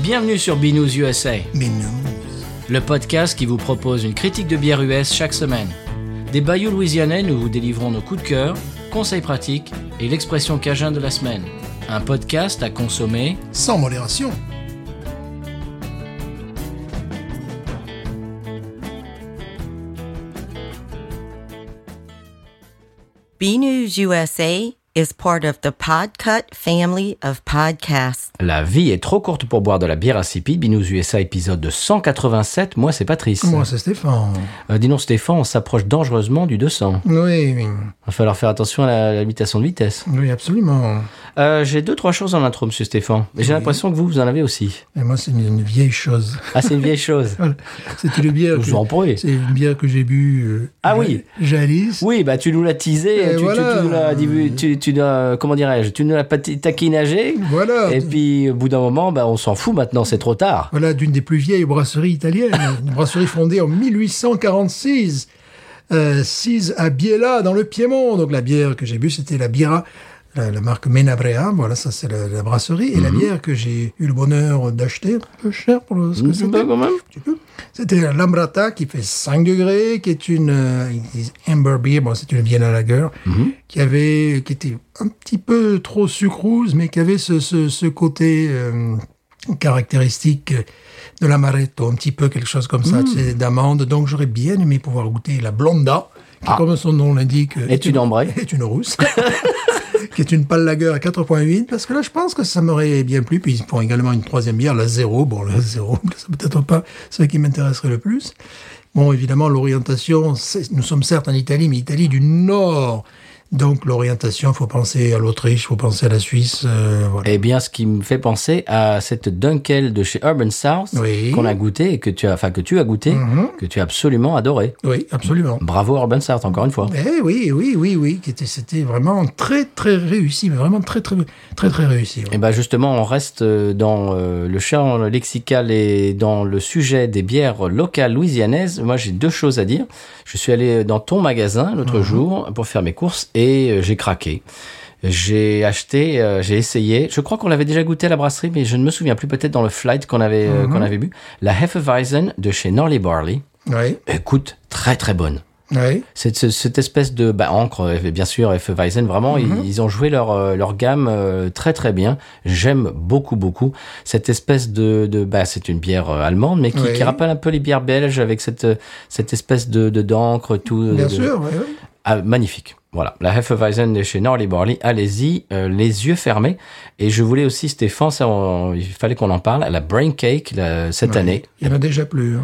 Bienvenue sur Binous USA, Mais non. le podcast qui vous propose une critique de bière US chaque semaine. Des bayous louisianais, nous vous délivrons nos coups de cœur, conseils pratiques et l'expression cajun de la semaine. Un podcast à consommer. Sans modération. B News USA is part of the Podcut family of podcasts. La vie est trop courte pour boire de la bière insipide. Binous USA épisode 187. Moi, c'est Patrice. Moi, c'est Stéphane. Euh, dis donc, Stéphane, on s'approche dangereusement du 200. Oui, oui. Va falloir faire attention à la, la limitation de vitesse. Oui, absolument. Euh, J'ai deux, trois choses en intro, monsieur Stéphane. Mais j'ai l'impression que vous, vous en avez aussi. Et moi, c'est une, une vieille chose. Ah, c'est une vieille chose. Voilà. C'est une bière. Vous que- en prenez. C'est une bière que j'ai bu. euh, Ah ja- oui. Jadis. Oui, bah tu nous l'as teasé, Et tu, tu- voilà. tu nous l'as dit- tu, tu nous l'as- comment dirais-je, tu nous l'as pati- taquinagé. Voilà. Et puis au bout d'un moment, bah, on s'en fout maintenant, c'est trop tard. Voilà, d'une des plus vieilles brasseries italiennes. une brasserie fondée en 1846. Euh, sise à Biella, dans le Piémont. Donc, la bière que j'ai bu, c'était la Bira. La, la marque Menabrea, voilà, ça c'est la, la brasserie. Et Mhm. la bière que j'ai eu le bonheur d'acheter, un peu cher pour le, ce que C'est pas c'était. quand même. petit peu. C'était l'Ambrata qui fait 5 degrés, qui est une euh, ils disent amber beer, bon, c'est une Vienna lager, Mhm. qui avait, qui était un petit peu trop sucrose, mais qui avait ce, ce, ce côté euh, caractéristique de l'amaretto, un petit peu quelque chose comme Mhm. ça, tu sais, d'amande. Donc j'aurais bien aimé pouvoir goûter la blonda, qui comme son nom l'indique, Ah. Est une ambrée. est une rousse. qui est une pâle lager à 4.8, parce que là, je pense que ça m'aurait bien plu. Puis ils font également une troisième bière, la zéro. Bon, la zéro, c'est peut-être pas ce qui m'intéresserait le plus. Bon, évidemment, l'orientation, c'est- nous sommes certes en Italie, mais Italie du Nord. Donc l'orientation, faut penser à l'Autriche, faut penser à la Suisse, euh, voilà. Eh bien, ce qui me fait penser à cette Dunkel de chez Urban South Oui. Mm-hmm. qu'on a goûté et que tu as, enfin que tu as goûté, que tu as absolument adoré. Oui, absolument. Bravo Urban South encore une fois. Eh oui, oui, oui, oui, qui était, c'était vraiment très, très réussi, mais vraiment très, très, très, très réussi. ouais. Et ben justement, on reste euh, dans euh, le champ lexical et dans le sujet des bières locales louisianaises. Moi, j'ai deux choses à dire. Je suis allé euh, dans ton magasin l'autre jour pour faire mes courses et euh, j'ai craqué. J'ai acheté, euh, j'ai essayé. Je crois qu'on l'avait déjà goûté à la brasserie, mais je ne me souviens plus. Peut-être dans le flight qu'on avait euh, qu'on avait bu la Hefeweizen de chez Norley Barley. Oui, Écoute, très très bonne. oui. Cette, ce- cette espèce de bah, encre, euh, bien sûr, F. Weizen, vraiment, Mhm. ils, ils ont joué leur, euh, leur gamme euh, très très bien. J'aime beaucoup beaucoup cette espèce de, de bah, c'est une bière euh, allemande, mais qui, Oui. qui rappelle un peu les bières belges avec cette, euh, cette espèce de de- d'encre, tout. euh, Bien de- sûr, oui, oui. ah, magnifique. Voilà, la Hefeweizen de chez Norley Borley, allez-y, euh, les yeux fermés. Et je voulais aussi, Stéphane, ça, on- il fallait qu'on en parle, la Brain Cake la- cette année, Il y en a déjà plus. hein.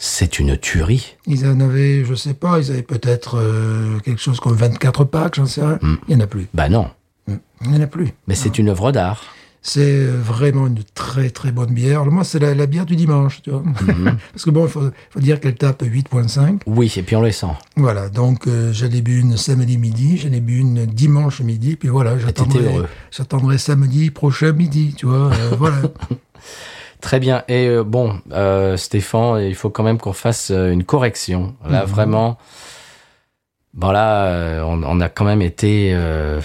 c'est une tuerie. Ils en avaient, je sais pas, ils avaient peut-être euh, quelque chose comme 24 packs, j'en sais rien. Il n'y en a plus. Bah non, Il n'y en a plus. mais c'est une œuvre d'art. C'est euh, vraiment une très très bonne bière. Alors, moi, c'est la, la bière du dimanche, tu vois. Mhm. Parce que bon, il faut, faut dire qu'elle tape 8.5. Oui, et puis on le sent. Voilà, donc euh, j'en ai bu une samedi midi, j'en ai bu une dimanche midi, puis voilà, t'étais j'attendrai heureux. j'attendrai samedi prochain midi, tu vois. euh, voilà. Très bien. Et euh, bon, euh, Stéphane, il faut quand même qu'on fasse euh, une correction. Là, vraiment. Bon, là, euh, on, on a quand même été. euh,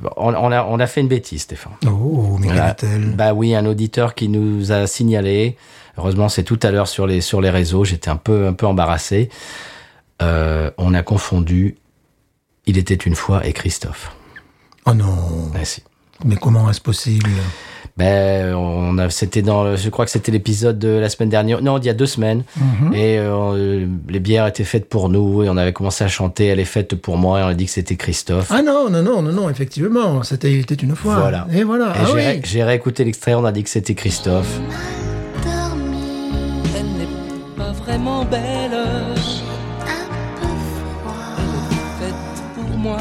bon, on, on a, on a fait une bêtise, Stéphane. Oh, mais Voilà. quelle est-elle Bah oui, un auditeur qui nous a signalé. Heureusement, c'est tout à l'heure sur les, sur les réseaux. J'étais un peu, un peu embarrassé. Euh, on a confondu Il était une fois et Christophe. Oh non, Ah, si. mais comment est-ce possible Ben, on a, c'était dans, le- je crois que c'était l'épisode de la semaine dernière, non, il y a deux semaines, Mhm. et euh, les bières étaient faites pour nous, et on avait commencé à chanter, elle est faite pour moi, et on a dit que c'était Christophe. Ah non, non, non, non, non, effectivement, c'était, il était une fois. Voilà. Et voilà, Et ah j'ai, oui. j'ai réécouté l'extrait, on a dit que c'était Christophe. Dormi Elle n'est pas vraiment belle, un peu froid. faite pour moi.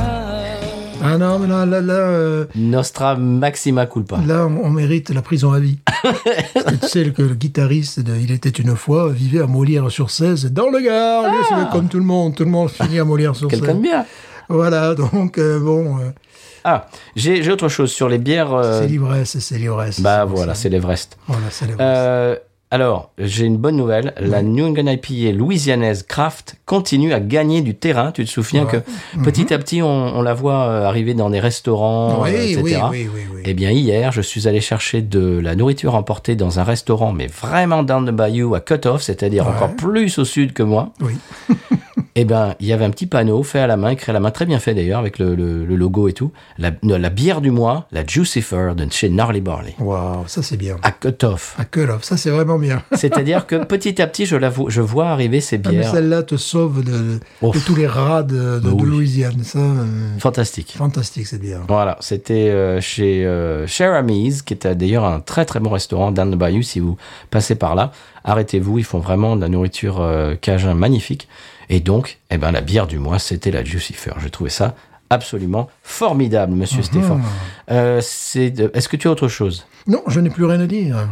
Ah non, mais là, là, là, euh, Nostra Maxima Culpa. là, on, on mérite la prison à vie. Parce que tu sais que le guitariste de Il était une fois vivait à Molière-sur-Cèze, dans le Gard. Lui, c'est comme tout le monde, tout le monde finit Ah à Quelqu'un de Molière-sur-Cèze. bien. Voilà, donc euh, bon, euh, Ah, j'ai, j'ai autre chose sur les bières. euh, c'est l'ivresse, c'est l'ivresse. bah C'est voilà, ça. c'est l'Everest. Voilà, c'est l'ivresse. Euh, Alors, j'ai une bonne nouvelle. La New England IPA louisianaise Craft continue à gagner du terrain. Tu te souviens que Mhm. petit à petit, on, on la voit euh, arriver dans des restaurants, Oui, euh, etc. oui, oui, oui, oui. Eh bien, hier, je suis allé chercher de la nourriture emportée dans un restaurant, mais vraiment down the bayou à Cutoff, c'est-à-dire encore plus au sud que moi. Oui. Eh ben, il y avait un petit panneau fait à la main, créé à la main, très bien fait d'ailleurs, avec le, le- le logo et tout. La, non, la bière du mois, la Jucifer de chez Gnarly Barley, Waouh, ça c'est bien. à Cutoff. À Koloff, ça c'est vraiment bien. C'est-à-dire que petit à petit, je, la vo- je vois arriver ces Ah, mais bières. celle-là te sauve de, de Ouf. tous les rats de, Ah de- de oui. Louisiane. Ça, euh, Fantastique. fantastique cette bière. Voilà, c'était euh, chez euh, Cher Amis, qui était d'ailleurs un très très bon restaurant down the bayou. Si vous passez par là, arrêtez-vous, ils font vraiment de la nourriture euh, cajun magnifique. Et donc, eh ben, la bière du mois, c'était la Jucifer. J'ai trouvé ça absolument formidable, monsieur Mhm. Stéphane. Euh, c'est de- Est-ce que tu as autre chose Non, je n'ai plus rien à dire.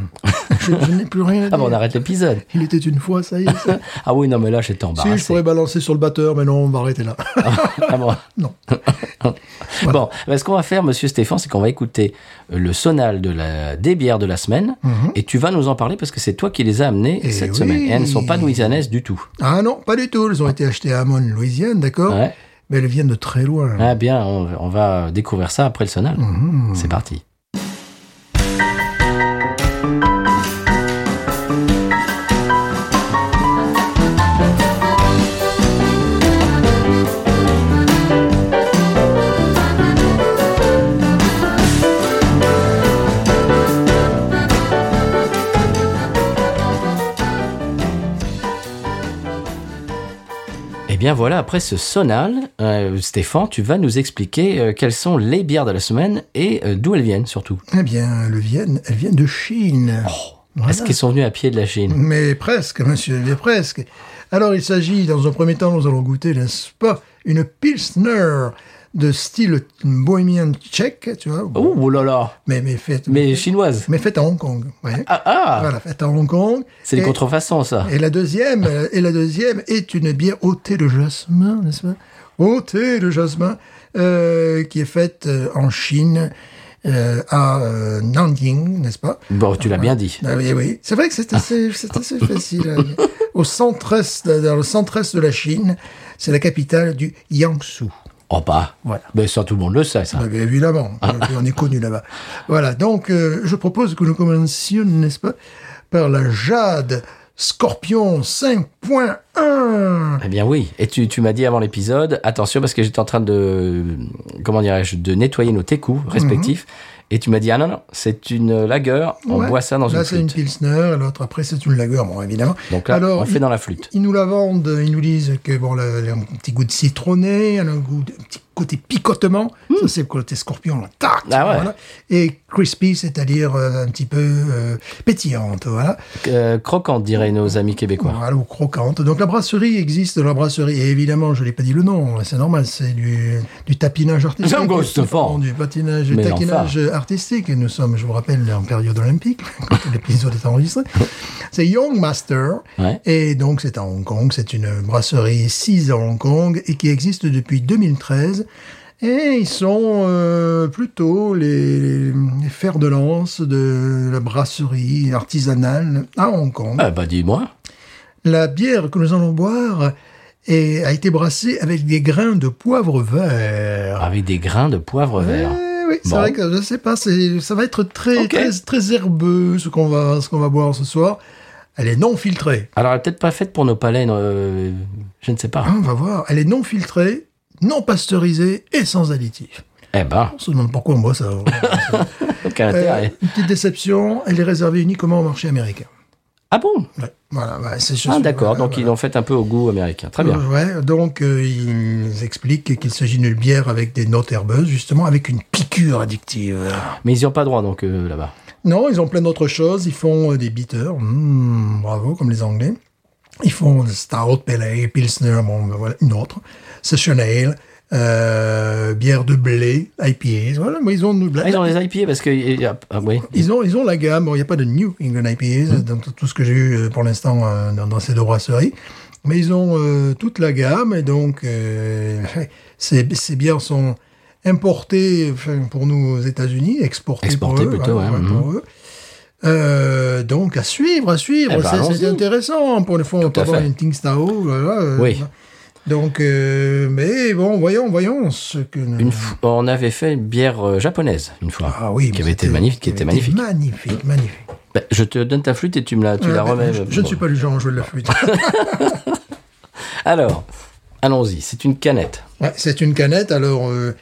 je je n'ai plus rien à dire. Ah bon, on arrête l'épisode. Il était une fois, ça y est. ça. Ah oui, non, mais là, j'étais si, embarrassé. je pourrais balancer sur le batteur, mais non, on va arrêter là. Ah bon. non. Bon, ben, ce qu'on va faire, monsieur Stéphane, c'est qu'on va écouter euh, le sonal de la, des bières de la semaine et tu vas nous en parler parce que c'est toi qui les as amenées Mhm. Eh cette oui. semaine. Et elles ne sont pas louisianaises du tout. Ah non, pas du tout. Elles ont été achetées à Amon, Louisiane, d'accord Ouais. Mais elles viennent de très loin. Ah bien, on, on va découvrir ça après le sonal. Mhm. C'est parti. Eh bien voilà, après ce sonal, euh, Stéphane, tu vas nous expliquer euh, quelles sont les bières de la semaine et euh, d'où elles viennent surtout. Eh bien, elles viennent, elles viennent de Chine. Voilà. Oh, Mm. Est-ce qu'ils sont venus à pied de la Chine Mais presque, monsieur, mais presque. Alors, il s'agit, dans un premier temps, nous allons goûter, n'est-ce pas, une Pilsner de style bohémien tchèque, tu vois. Oh oh là là Mais, mais faite Mais chinoise mais faite à Hong Kong. Mm. ouais. Ah ah Voilà, faite à Hong Kong. C'est des Et- contrefaçons ça Et la deuxième, euh, et la deuxième est une bière au thé de jasmin, n'est-ce pas Au thé de jasmin, euh, qui est faite euh, en Chine, euh, à euh, Nanjing, n'est-ce pas Bon, tu l'as bien dit. Ah oui, oui. C'est vrai que c'est assez, c'est assez facile. hein. Au centre-est, dans le centre-est de la Chine, c'est la capitale du Jiangsu. Oh bah, Voilà. mais ça tout le monde le sait ça. Ah, bien évidemment, Euh, on est connu là-bas. Voilà, donc euh, je propose que nous commencions, n'est-ce pas, par la Jade Scorpion 5.1. Eh bien oui, et tu, tu m'as dit avant l'épisode, attention parce que j'étais en train de, comment dirais-je, de nettoyer nos Mhm. técous respectifs, et tu m'as dit, ah non, non, c'est une lagueur, on Ouais. boit ça dans Là, une c'est une flûte. Pilsner, l'autre après, c'est une lager, bon, évidemment. Donc là, Alors, on fait il- dans la flûte. Ils nous la vendent, ils nous disent que bon, le, le- un petit goût de citronné, un goût de, un petit côté picotement, ça c'est le côté scorpion, là, tac, Hmm. Ah ouais. Et crispy, c'est-à-dire euh, un petit peu euh, pétillante, voilà, Euh, croquante, diraient nos amis québécois. voilà, ou croquante. Donc la brasserie existe, la brasserie, et évidemment, je n'ai pas dit le nom, hein, c'est normal, c'est du, du tapinage artistique. Jean Gostefan. Du patinage, du Mais taquinage artistique, et nous sommes, je vous rappelle, en période olympique, quand l'épisode est enregistré. C'est Young Master, Ouais. et donc, c'est à Hong Kong. C'est une brasserie 6 à Hong Kong et qui existe depuis 2013. Et ils sont euh, plutôt les, les fers de lance de la brasserie artisanale à Hong Kong. Ah bah dis-moi, La bière que nous allons boire est- a été brassée avec des grains de poivre vert. avec des grains de poivre Ah, vert. Eh oui, c'est Bon. vrai que je sais pas, c'est- ça va être très, Ok. très, très herbeux ce qu'on va, ce qu'on va boire ce soir. Elle est non filtrée. Alors elle est peut-être pas faite pour nos palais, euh, je ne sais pas. Ah, on va voir. Elle est non filtrée, non pasteurisée et sans additifs. Eh ben, On se demande pourquoi on boit ça. aucun Euh, intérêt. une petite déception, elle est réservée uniquement au marché américain. Ah bon Ouais, voilà, ouais, c'est je Ah suis- d'accord, voilà, donc ils l'ont fait un peu au goût américain. Très bien. voilà. Ouais, donc euh, ils expliquent qu'il s'agit d'une bière avec des notes herbeuses, justement avec une piqûre addictive. Mais ils n'y ont pas droit donc euh, là-bas. Non, ils ont plein d'autres choses. Ils font euh, des bitters, Hmm, bravo, comme les Anglais. Ils font des stout, pale ale, pilsner, bon, ben voilà, une autre. Session ale, euh, bière de blé, IPA. Voilà, mais ils ont de Ah, ils ont des IPA parce que. ah, ah, oui. ils ont, ils ont la gamme. Bon, il n'y a pas de New England IPAs Mm. dans tout tout ce que j'ai eu euh, pour l'instant euh, dans, dans ces deux brasseries. Mais ils ont euh, toute la gamme et donc euh, ces, ces bières sont importées enfin, pour nous aux États-Unis, exportées, Exportées pour eux. plutôt, voilà, ouais, mm-hmm. ouais, pour eux. Euh, donc à suivre, à suivre, Eh ben, c'est- allons-y. c'est institution. Pour une fois, on Tout peut à avoir fait. une Tingstao. Voilà, euh, Oui. Donc, euh, mais bon, voyons, voyons ce que. Une fou- on avait fait une bière euh, japonaise une fois. Ah oui, Qui mais avait été c'était- magnifique. Qui avait était magnifique. été Magnifique, magnifique. Ben, je te donne ta flûte et tu me la, tu Euh, la ben, remets. je, je ne suis pas le genre à jouer de la flûte. Alors, allons-y. C'est une canette. Ouais, c'est une canette, alors euh,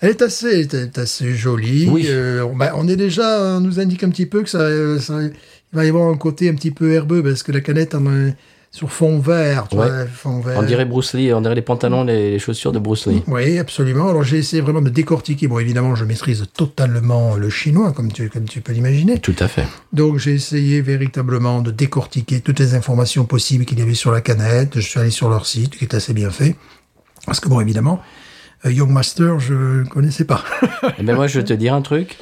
elle est assez, elle est- elle est assez jolie. Oui. Euh, on- bah, on est déjà, on nous indique un petit peu que ça, euh, ça- il va y avoir un côté un petit peu herbeux parce que la canette en a- sur fond vert, tu Ouais. vois, fond vert. On dirait Bruce Lee. On dirait les pantalons, les, les chaussures de Bruce Lee. Oui, absolument. Alors j'ai essayé vraiment de décortiquer. Bon, évidemment, je maîtrise totalement le chinois, comme tu, comme tu peux l'imaginer. Tout à fait. Donc j'ai essayé véritablement de décortiquer toutes les informations possibles qu'il y avait sur la canette. Je suis allé sur leur site, qui est assez bien fait. Parce que bon, évidemment, euh, Young Master, je ne connaissais pas. Eh ben, moi, je vais te dire un truc.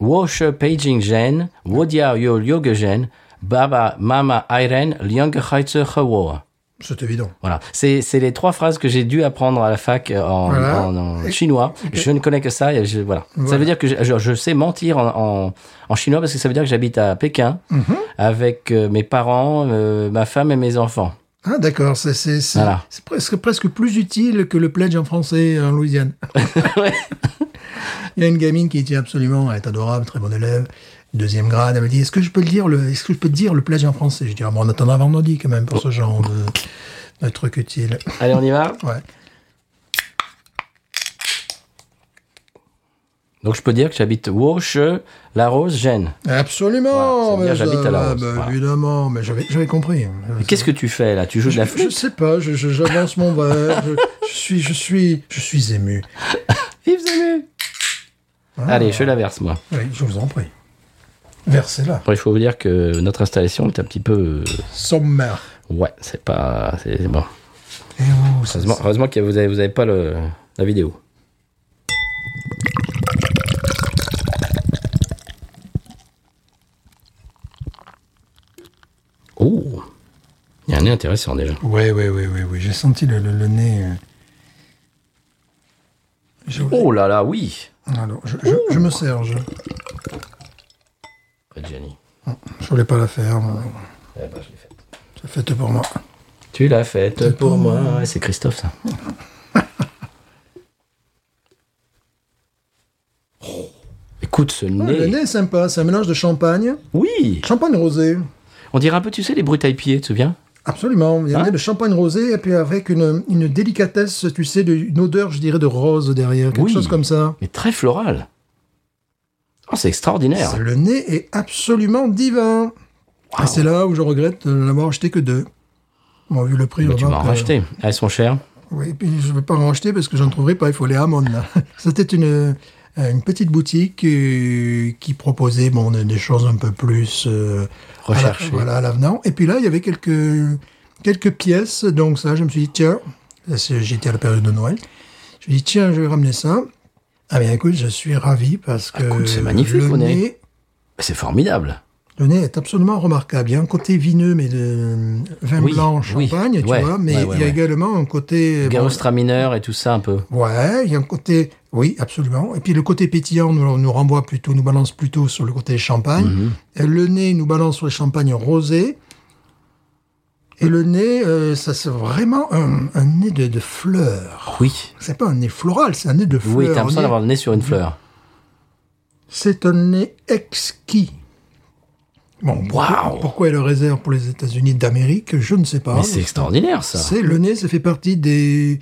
Washer Paging Gen, Wodia Yo Yoga Gen, Baba Mama Iren, Liang Heizer Hawa. C'est évident. Voilà, c'est c'est les trois phrases que j'ai dû apprendre à la fac euh, en, Voilà. en- en chinois. Je ne connais que ça. Et je, voilà. Ça Voilà. veut dire que je, je- je sais mentir en, en, en chinois parce que ça veut dire que j'habite à Pékin Mhm. avec euh, mes parents, euh, ma femme et mes enfants. Ah, d'accord, c'est c'est- c'est- Voilà. c'est presque, presque plus utile que le pledge en français en Louisiane. Ouais. Il y a une gamine qui dit absolument, elle est adorable, très bonne élève, deuxième grade, elle me dit, est-ce que je peux le dire, le, est-ce que je peux te dire le pledge en français Je dis, ah, bon, on attendra vendredi quand même pour ce genre de, de truc utile. Allez, on y va. Ouais. Donc je peux dire que j'habite Washe, La Rose, Gênes. Absolument, Voilà, ça veut dire mais j'habite à la Rose, bah, voilà. Évidemment, mais j'avais j'avais compris. Qu'est-ce que tu fais là Tu joues de la je, je flûte sais pas, je- je- j'avance mon verre, je, je suis, je suis, je suis ému. Vive Zému Ah. Allez, je la verse moi. Oui, je vous en prie. Versez-la. Après, il faut vous dire que notre installation est un petit peu. euh, Sommaire. Ouais, c'est pas. C'est bon. Et oh, ça- Heureusement, heureusement que vous avez, vous avez pas le, la vidéo. Oh Il y a un nez intéressant déjà. Ouais, ouais, ouais, ouais, ouais. J'ai senti le, le- le nez. euh. Je, Oh là là, oui Alors, je, je- je me sers. Je Pas de génie. ne voulais pas la faire. mais Eh ben, je l'ai faite. C'est fait pour moi. Tu l'as faite pour moi. Ouais, C'est Christophe ça. Oh, Écoute ce Le nez. nez est sympa. C'est un mélange de champagne. Oui Champagne rosé. On dirait un peu, tu sais, les brutailles pieds, tu te souviens Absolument. Il y a un Hein nez de champagne rosé et puis avec une, une délicatesse, tu sais, de- une odeur, je dirais, de rose derrière. Quelque Oui. chose comme ça. Mais très floral. Oh, c'est extraordinaire. Le nez est absolument divin. Et c'est là où je regrette de n'avoir acheté que deux. Bon, vu le prix, Bah, tu remarque, m'as en euh, racheté. Elles sont chères. Oui, et puis je ne vais pas en acheter parce que j'en trouverai pas. Il faut aller à Amon. là. C'était une, euh, une petite boutique euh, qui proposait bon, des des choses un peu plus euh, à la- Recherchées. Voilà, à l'avenant. Et puis là, il y avait quelques, quelques pièces. Donc ça, je me suis dit, tiens, là, c'est- j'étais à la période de Noël. Je me suis dit, tiens, je vais ramener ça. Ah bien, écoute, je suis ravi parce que Ah, Écoute, c'est magnifique, le mon nez. nez, C'est formidable. le nez est absolument remarquable. Il y a un côté vineux, mais de vin Oui, blanc, oui, champagne, tu ouais, vois. Mais ouais, ouais, il y a ouais. également un côté... bon, Garostra mineur et tout ça un peu. Ouais, il y a un côté, oui, absolument. Et puis le côté pétillant nous, nous renvoie plutôt, nous balance plutôt sur le côté champagne. Mhm. Et le nez nous balance sur les champagnes rosés. Et le nez, euh, ça c'est vraiment un, un nez de, de fleurs. Oui. C'est pas un nez floral, c'est un nez de fleurs. Oui, t'as Oh, On l'impression est- Mm. d'avoir le nez sur une fleur. C'est un nez exquis. Bon, pourquoi, Waouh. pourquoi il le réserve pour les États-Unis d'Amérique, je ne sais pas. Mais c'est extraordinaire ça. Ah C'est le nez, ça fait partie des,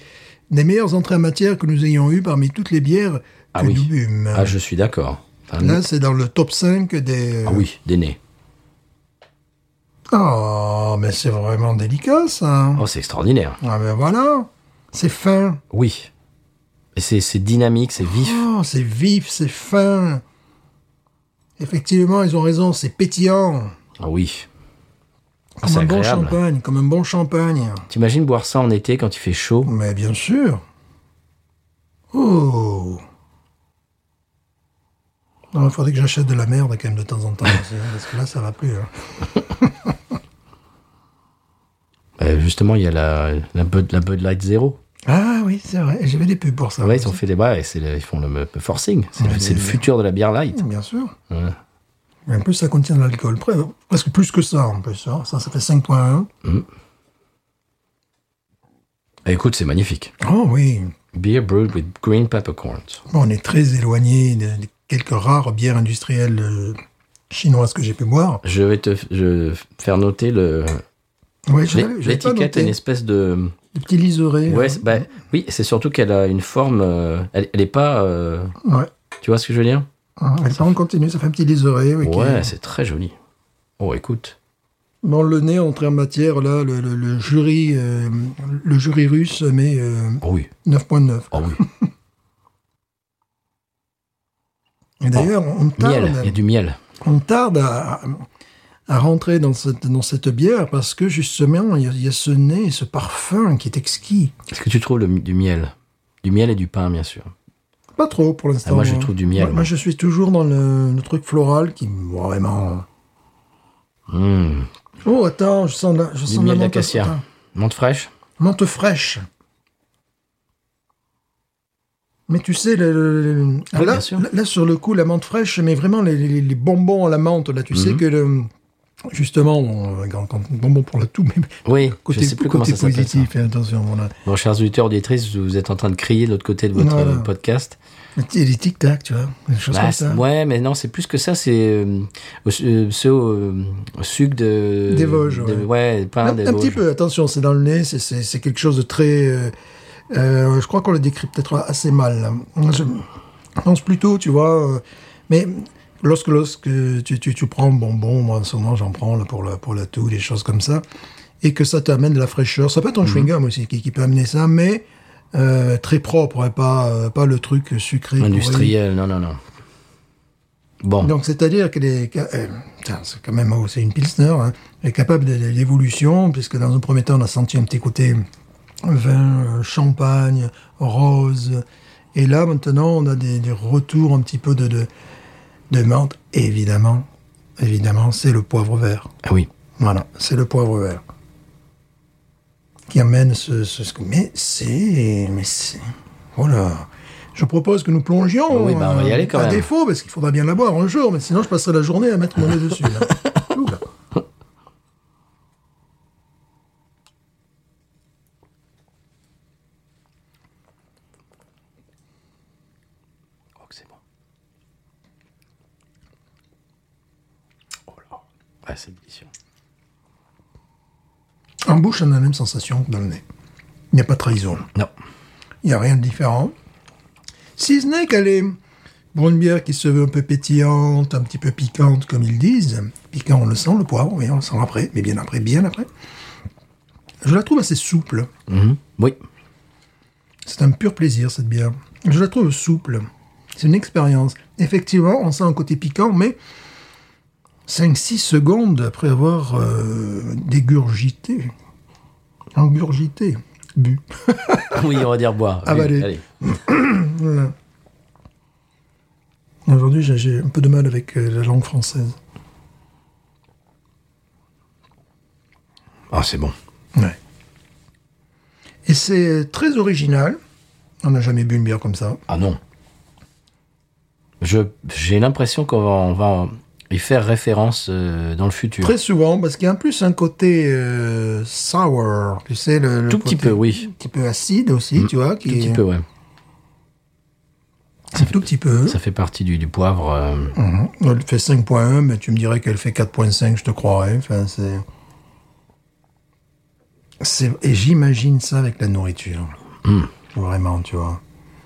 des meilleures entrées en matière que nous ayons eues parmi toutes les bières que Ah oui. nous bûmes. Ah, je suis d'accord. Enfin, Là, c'est dans le top 5 des. ah oui, des nez. Oh, mais c'est vraiment délicat, ça. Oh, c'est extraordinaire. Ah, ben voilà. C'est fin. Oui. Et c'est c'est dynamique, c'est vif. Oh, c'est vif, c'est fin. Effectivement, ils ont raison, c'est pétillant. Ah oui. Ah, Comme c'est un bon agréable. champagne, comme un bon champagne. T'imagines boire ça en été quand il fait chaud Mais bien sûr. Oh. Non, il faudrait que j'achète de la merde quand même de temps en temps, aussi, hein, parce que là, ça va plus. hein. Euh, Justement, il y a la, la, Bud, la Bud Light Zero. Ah oui, c'est vrai. J'avais des pubs pour ça. Ouais, ils ont fait des ouais, c'est le- ils font le, le forcing. C'est le, Ah Ouais, c'est le mais- futur de la bière light. Bien sûr. Ouais. Mais en plus, ça contient de l'alcool. Pre- Presque plus que ça, en plus. hein. Ça, ça fait 5.1. Eh, Écoute, c'est magnifique. Oh oui. Beer brewed with green peppercorns. Bon, on est très éloigné de- des quelques rares bières industrielles euh, chinoises que j'ai pu boire. Je vais te f- je vais faire noter le. Oui, je l'é- l'avais- je l'avais pas L'étiquette est noté. une espèce de. Des petits liserés. Ouais, hein. c'est- bah, oui, c'est surtout qu'elle a une forme. euh, elle, elle est pas. euh, Ouais. tu vois ce que je veux dire Hein, et ça, on continue, ça fait un petit liseré. oui, qui- Ouais, c'est très joli. Oh, écoute. Dans le nez, entrée en matière, là, le, le- le jury, euh, le jury russe met euh, Oh oui. 9.9. Oh oui. Et d'ailleurs, on oh, miel. Il y a tarde, du miel. on tarde à, à rentrer dans cette, dans cette bière parce que justement, il y a- il y, a ce nez, ce parfum qui est exquis. Est-ce que tu trouves le- du miel Du miel et du pain, bien sûr. Pas trop pour l'instant. Ah, moi, je hein. trouve du miel, Moi, moi, moi. je suis toujours dans le, le truc floral qui vraiment. Mmh. Oh, attends, je sens de la, je Du sens de la miel menthe- d'acacia. attends, Menthe fraîche menthe fraîche. Mais tu sais, le- le- le- Oui, là, bien sûr. là, sur le coup, la menthe fraîche, mais vraiment les, les- les bonbons à la menthe, là, tu sais Mhm. que le- justement, on- quand, quand- bonbon pour la toux, mais Oui, côté, je sais plus comment côté ça s'appelle. ça. positif, hein, attention, voilà. Bon, chers auditeurs, auditrices, vous êtes en train de crier de l'autre côté de votre Voilà. euh, podcast. Les petits- les tic-tac, tu vois, des choses Bah, comme c'est- ça. ouais, mais non, c'est plus que ça. C'est euh, au su- euh, ce euh, au sucre de. Des Vosges, ouais. de- ouais, le pain Un, des un petit Vosges. peu, attention, c'est dans le nez, c'est- c'est c'est quelque chose de très... euh, euh, je crois qu'on le décrit peut-être assez mal. là. Je pense plutôt, tu vois, euh, mais lorsque, lorsque tu, tu, tu prends bonbon, moi souvent j'en prends là, pour, la, pour la toux, des choses comme ça, et que ça t'amène de la fraîcheur, ça peut Mhm. être un chewing-gum aussi qui, qui peut amener ça, mais euh, très propre, hein, pas, euh, pas le truc sucré. pourri. Industriel, non, non, non. Bon, Donc, c'est-à-dire qu'elle est, qu'elle- euh, tiens, c'est quand même, oh, c'est une pilsner, hein. elle est capable de de l'évolution, puisque dans un premier temps, on a senti un petit côté vin, euh, champagne, rose. Et là, maintenant, on a des, des retours un petit peu de, de, de menthe. Évidemment, évidemment, c'est le poivre vert. ah oui. Voilà, c'est le poivre vert qui amène ce... ce, ce- mais c'est... Mais c'est... Voilà. Je propose que nous plongions. euh, Oui, bah, on va y aller quand à même. défaut, parce qu'il faudra bien la boire un jour, mais sinon je passerai la journée à mettre mon nez dessus. là. Ouh là. Oh, que c'est bon. Oh là. Ouais, c'est délicieux. En bouche, on a la même sensation que dans le nez. Il n'y a pas de trahison. Non. Il n'y a rien de différent. Si ce n'est qu'elle est pour une bière qui se veut un peu pétillante, un petit peu piquante, comme ils disent. Piquant, on le sent, le poivre, oui, on le sent après, mais bien après, bien après. Je la trouve assez souple. Mhm. Oui. C'est un pur plaisir, cette bière. Je la trouve souple. C'est une expérience. Effectivement, on sent un côté piquant, mais 5-6 secondes après avoir euh, dégurgité, engurgité, bu. Oui, on va dire boire. Oui, Avaler. allez. Voilà. Aujourd'hui, j'ai- j'ai un peu de mal avec euh, la langue française. Ah, c'est bon. Ouais. Et c'est très original. On n'a jamais bu une bière comme ça. Ah non. Je j'ai l'impression qu'on va, on va y faire référence euh, dans le futur. Très souvent, parce qu'il y a en plus un côté euh, sour, tu sais, le, le Tout petit côté peu, oui. Mm. Un petit peu acide aussi, tu vois, qui Tout petit est- peu, ouais. un tout petit peu. Ça fait partie du, du poivre. euh, Mhm. Elle fait 5.1, mais tu me dirais qu'elle fait 4.5, je te croirais. Enfin, c'est... c'est... Et j'imagine ça avec la nourriture. Hmm. Vraiment, tu vois.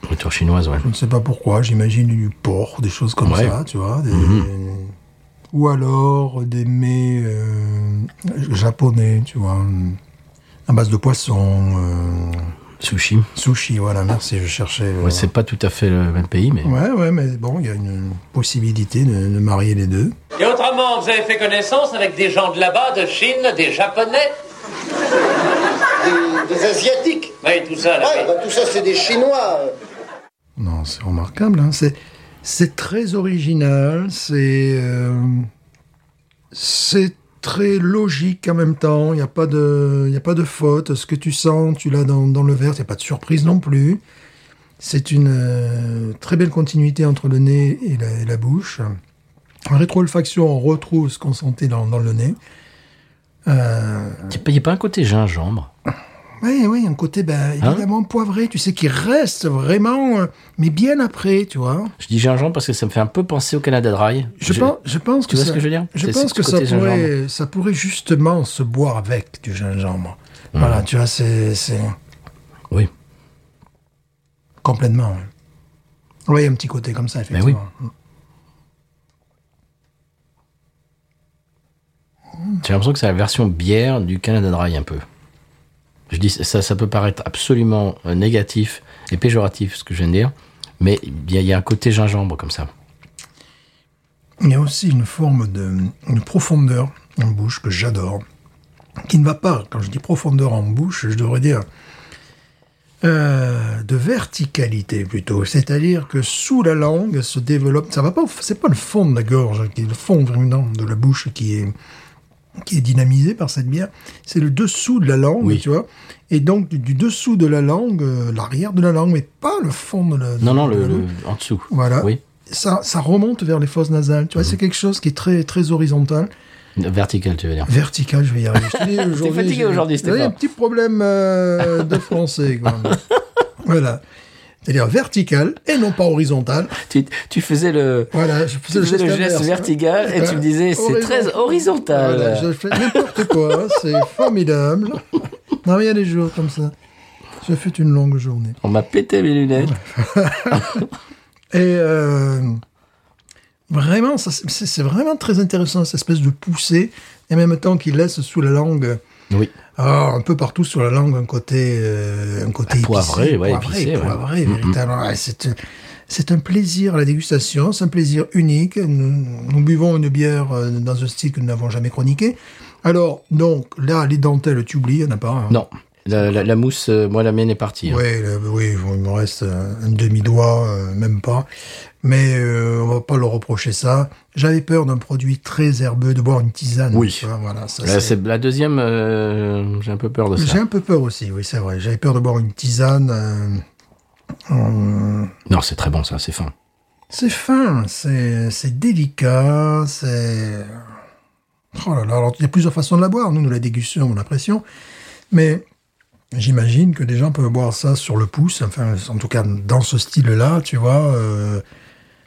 nourriture chinoise, ouais. Je ne sais pas pourquoi, j'imagine du porc, des choses comme Ouais. Hmm. ça, tu vois. des- Ou alors des mets euh, japonais, tu vois. À base de poisson, euh, Sushi. Ouais, sushi, voilà, merci, je cherchais. euh, c'est pas tout à fait le même pays, mais. ouais, ouais, mais bon, il y a une possibilité de- de marier les deux. Et autrement, vous avez fait connaissance avec des gens de là-bas, de Chine, des Japonais Des, des Asiatiques. Oui, tout ça, là. Ouais, bah, tout ça, c'est des Chinois. Non, c'est remarquable. hein. C'est, c'est très original. C'est, euh, c'est très logique en même temps. Il n'y a pas de, il y a pas de faute. Ce que tu sens, tu l'as dans, dans le verre. Il n'y a pas de surprise non plus. C'est une euh, très belle continuité entre le nez et la, et la bouche. En rétroolfaction, on retrouve ce qu'on sentait dans, dans le nez. Il n'y a pas un côté gingembre. Oui, oui, un côté ben, évidemment poivré, tu sais, qui reste vraiment, euh, mais bien après, tu vois. Je dis gingembre parce que ça me fait un peu penser au Canada Dry. Je, pense, je pense tu que vois ça, ce que je veux dire C'est- pense c'est que ce ça côté pourrait, ça pourrait justement se boire avec du gingembre. Mmh. Voilà, tu vois, c'est c'est Oui. complètement. Oui, un petit côté comme ça, Ben oui. effectivement. J'ai l'impression que c'est la version bière du Canada Dry un peu. Je dis ça, ça peut paraître absolument euh, négatif et péjoratif ce que je viens de dire, mais il y, a- il y a un côté gingembre comme ça. Il y a aussi une forme de une profondeur en bouche que j'adore, qui ne va pas, quand je dis profondeur en bouche, je devrais dire euh, de verticalité plutôt. C'est-à-dire que sous la langue se développe, ça va pas, au- c'est pas le fond de la gorge, qui est le fond vraiment de la bouche qui est qui est dynamisé par cette bière, c'est le dessous de la langue, Oui. tu vois. Et donc du, du dessous de la langue, euh, l'arrière de la langue, mais pas le fond de la. Non, non, de le, la le- bouche. en dessous. Voilà. Oui. Ça, ça remonte vers les fosses nasales. Tu vois, Mhm. c'est quelque chose qui est très, très horizontal. Vertical, tu veux dire. Vertical, je vais y arriver. Je te dis, aujourd'hui, fatigué j'ai- aujourd'hui, j'ai Stéphane. un petit problème euh, de français. quoi. voilà. C'est-à-dire vertical et non pas horizontal. Tu, tu faisais le. Voilà, je Tu faisais le geste inverse. vertical et tu me disais c'est Horizontal. très horizontal. Voilà, je fais n'importe quoi, c'est formidable. Non, mais il y a des jours comme ça. Je fais une longue journée. On m'a pété mes lunettes. Et euh, vraiment, ça, c'est- c'est c'est vraiment très intéressant, cette espèce de poussée, et en même temps qu'il laisse sous la langue, Oui. ah, un peu partout sur la langue, un côté, euh, un côté Ah, poivré, épicé, ouais, poivré, épicé, ouais. poivré, véritablement. Ouais, c'est un- c'est un plaisir la dégustation, c'est un plaisir unique. Nous, nous buvons une bière euh, dans un style que nous n'avons jamais chroniqué. Alors, donc, là, les dentelles, tu oublies, il n'y en a pas. hein. Non. La, la- la mousse, euh, moi la mienne est partie. hein. Oui, le- oui, bon, il me reste euh, un demi-doigt, euh, même pas. Mais euh, on va pas leur reprocher ça. J'avais peur d'un produit très herbeux, de boire une tisane. Oui. tu vois, voilà, ça, Là, c'est- c'est la deuxième. euh, J'ai un peu peur de J'ai ça. un peu peur aussi, oui, c'est vrai. J'avais peur de boire une tisane. euh, Non, c'est très bon ça, c'est fin. C'est fin, c'est c'est délicat, c'est... Oh là là, alors il y a plusieurs façons de la boire. Nous, nous la dégustons, on a pression. Mais j'imagine que des gens peuvent boire ça sur le pouce, enfin, en tout cas dans ce style-là, tu vois, euh,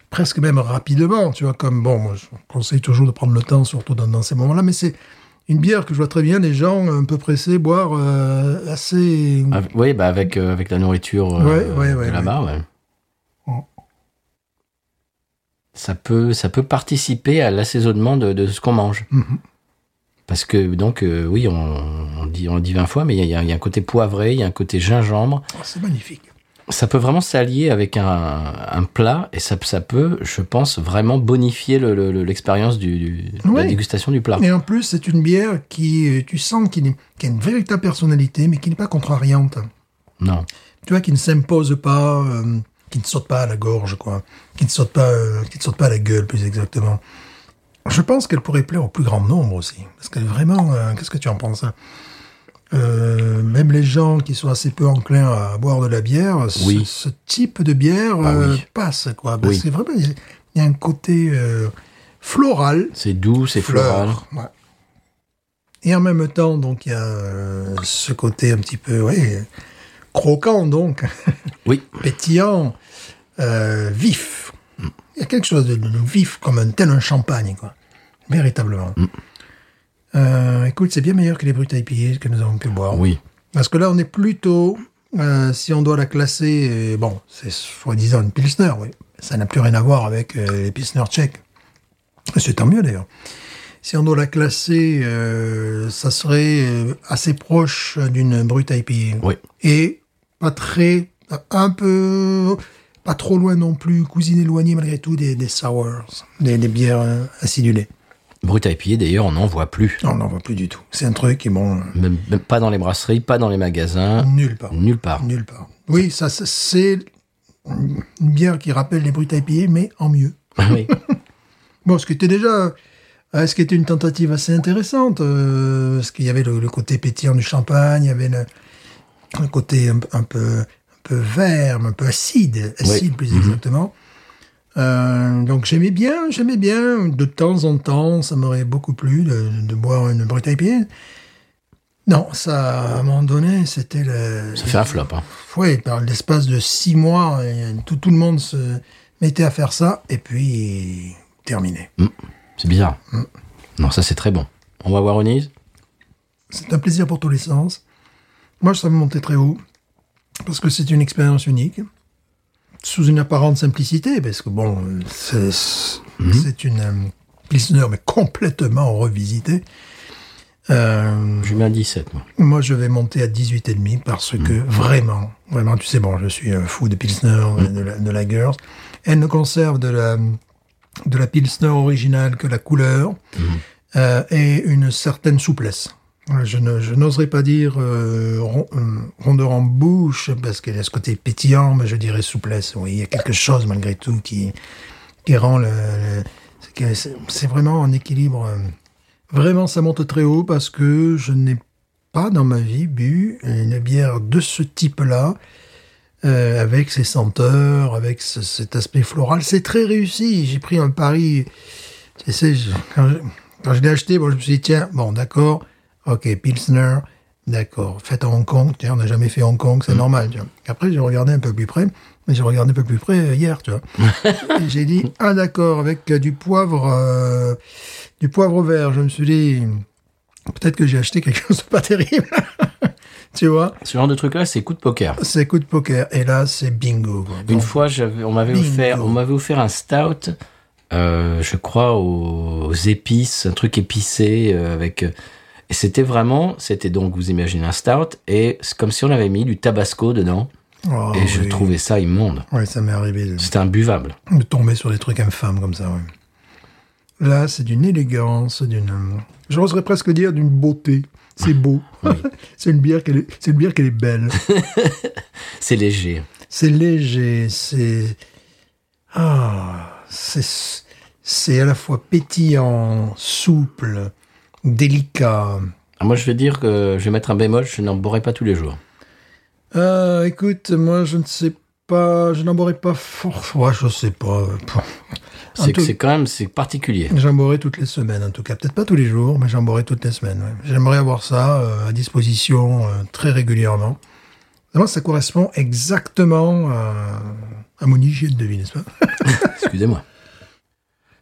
presque même rapidement, tu vois, comme, bon, moi, je conseille toujours de prendre le temps, surtout dans, dans ces moments-là, mais c'est une bière que je vois très bien les gens un peu pressés boire euh, assez... Ah, oui, bah avec, euh, avec la nourriture Ouais, ouais, de ouais, là-bas, ouais. Mm. Ça peut, ça peut participer à l'assaisonnement de, de ce qu'on mange. Mhm. Parce que, donc, euh, oui, on, on dit, on le dit 20 fois, mais il y a- il y, a- il y a un côté poivré, il y a un côté gingembre. Oh, c'est magnifique. Ça peut vraiment s'allier avec un, un plat et ça, ça peut, je pense, vraiment bonifier le- le- le- l'expérience du, du- de la Oui. dégustation du plat. Et en plus, c'est une bière qui, euh, tu sens qu'il est- qu'elle a une véritable personnalité, mais qui n'est pas contrariante. Non. Tu vois, qui ne s'impose pas, euh, qui ne saute pas à la gorge, quoi. Qui ne saute pas, euh, qui ne saute pas à la gueule, plus exactement. Je pense qu'elle pourrait plaire au plus grand nombre aussi. Parce qu'elle est vraiment, euh, qu'est-ce que tu en penses hein Euh, même les gens qui sont assez peu enclins à boire de la bière, ce- Oui. ce, type de bière Ah euh, oui. passe quoi. Parce Oui. que vraiment, il y a- il y a un côté euh, floral, C'est doux, c'est floral. Ouais. Et en même temps, donc, il y a euh, ce côté un petit peu, ouais, croquant, donc, Oui. pétillant, euh, vif. Il y a quelque chose de, de vif, comme un tel un champagne, quoi. Véritablement. Mm. Euh, écoute, c'est bien meilleur que les brutes IPA que nous avons pu boire. Oui. Parce que là, on est plutôt, euh, si on doit la classer, euh, bon, c'est soi-disant une Pilsner, oui. Ça n'a plus rien à voir avec euh, les Pilsner tchèques. Et C'est tant mieux d'ailleurs. Si on doit la classer, euh, ça serait euh, assez proche d'une brute IPA. Oui. Et pas très, un peu, pas trop loin non plus, cousine éloignée malgré tout des, des sours, des, des bières euh, acidulées. Brut à épier, d'ailleurs, on n'en voit plus. Non, on n'en voit plus du tout. C'est un truc qui, bon, euh, Même, même pas dans les brasseries, pas dans les magasins, nulle part. nulle part. Nulle part. Oui, ça, ça, c'est une bière qui rappelle les brutes à piller, mais en mieux. Oui. Bon, ce qui était déjà, euh, ce qui était une tentative assez intéressante, euh, parce qu'il y avait le, le côté pétillant du champagne, il y avait le, le Mhm. côté un, un peu, un peu vert, mais un peu acide, acide plus exactement. Euh, donc j'aimais bien, j'aimais bien. De temps en temps, ça m'aurait beaucoup plu de, de boire une bretagne IPA. Non, ça, à un moment donné, c'était le... Ça fait un flop. hein. Oui, par l'espace de six mois, euh, tout, tout le monde se mettait à faire ça, et puis terminé. C'est bizarre. Mm. Non, ça c'est très bon. On va voir Onise. C'est un plaisir pour tous les sens. Moi, ça me montait très haut, parce que c'est une expérience unique, sous une apparente simplicité, parce que bon, euh, c'est c'est une euh, Pilsner, mais complètement revisitée. Euh, Je mets un 17, moi. Moi, je vais monter à 18,5 parce que vraiment, vraiment, tu sais, bon, je suis un fou de Pilsner, de la, de la Girls. Elle ne conserve de la, de la Pilsner originale que la couleur euh, et une certaine souplesse. Voilà, Je, ne- je n'oserais pas dire euh, ron- euh, rondeur en bouche parce qu'elle a ce côté pétillant, mais je dirais souplesse. Oui, il y a quelque chose malgré tout qui, qui rend le. le- c'est que c'est- c'est vraiment en équilibre. euh, Vraiment, ça monte très haut parce que je n'ai pas dans ma vie bu une bière de ce type-là, euh, avec ses senteurs, avec ce- cet aspect floral. C'est très réussi. J'ai pris un pari. Tu sais, je- quand je, quand je l'ai acheté, bon, je me suis dit, tiens, bon, d'accord, ok, Pilsner, d'accord, faites à Hong Kong. Tiens, on n'a jamais fait Hong Kong, c'est normal. tu vois. Après, j'ai regardé un peu plus près, mais j'ai regardé un peu plus près euh, hier, tu vois. Et j'ai dit, ah, d'accord, avec euh, du poivre, euh, du poivre vert. Je me suis dit, peut-être que j'ai acheté quelque chose de pas terrible. tu vois, Ce genre de truc-là, c'est coup de poker. c'est coup de poker. Et là, c'est bingo. quoi. Une Donc, fois, j'avais- on m'avait Bingo. offert, on m'avait offert un stout, euh, je crois aux, aux épices, un truc épicé euh, avec. Et c'était vraiment, c'était donc, vous imaginez un stout, et c'est comme si on avait mis du tabasco dedans, oh, et je oui. trouvais ça immonde. Ouais, ça m'est arrivé de, C'était imbuvable. de tomber sur des trucs infâmes comme ça. ouais. Là, c'est d'une élégance, d'une. euh, J'oserais presque dire d'une beauté. C'est beau. c'est une bière qu'elle est, c'est une bière qu'elle est belle. C'est léger. C'est léger, c'est. Ah, c'est. C'est à la fois pétillant, souple, délicat. Ah, moi, je vais dire que je vais mettre un bémol, je n'en boirai pas tous les jours. Euh, écoute, moi, je ne sais pas. Je n'en boirai pas fort. Ouais, je sais pas. En C'est que tout- c'est quand même, c'est particulier. J'en boirai toutes les semaines, en tout cas. Peut-être pas tous les jours, mais j'en boirai toutes les semaines. ouais. J'aimerais avoir ça euh, à disposition euh, très régulièrement. Vraiment, ça correspond exactement à, à mon hygiène de vie, n'est-ce pas Excusez-moi.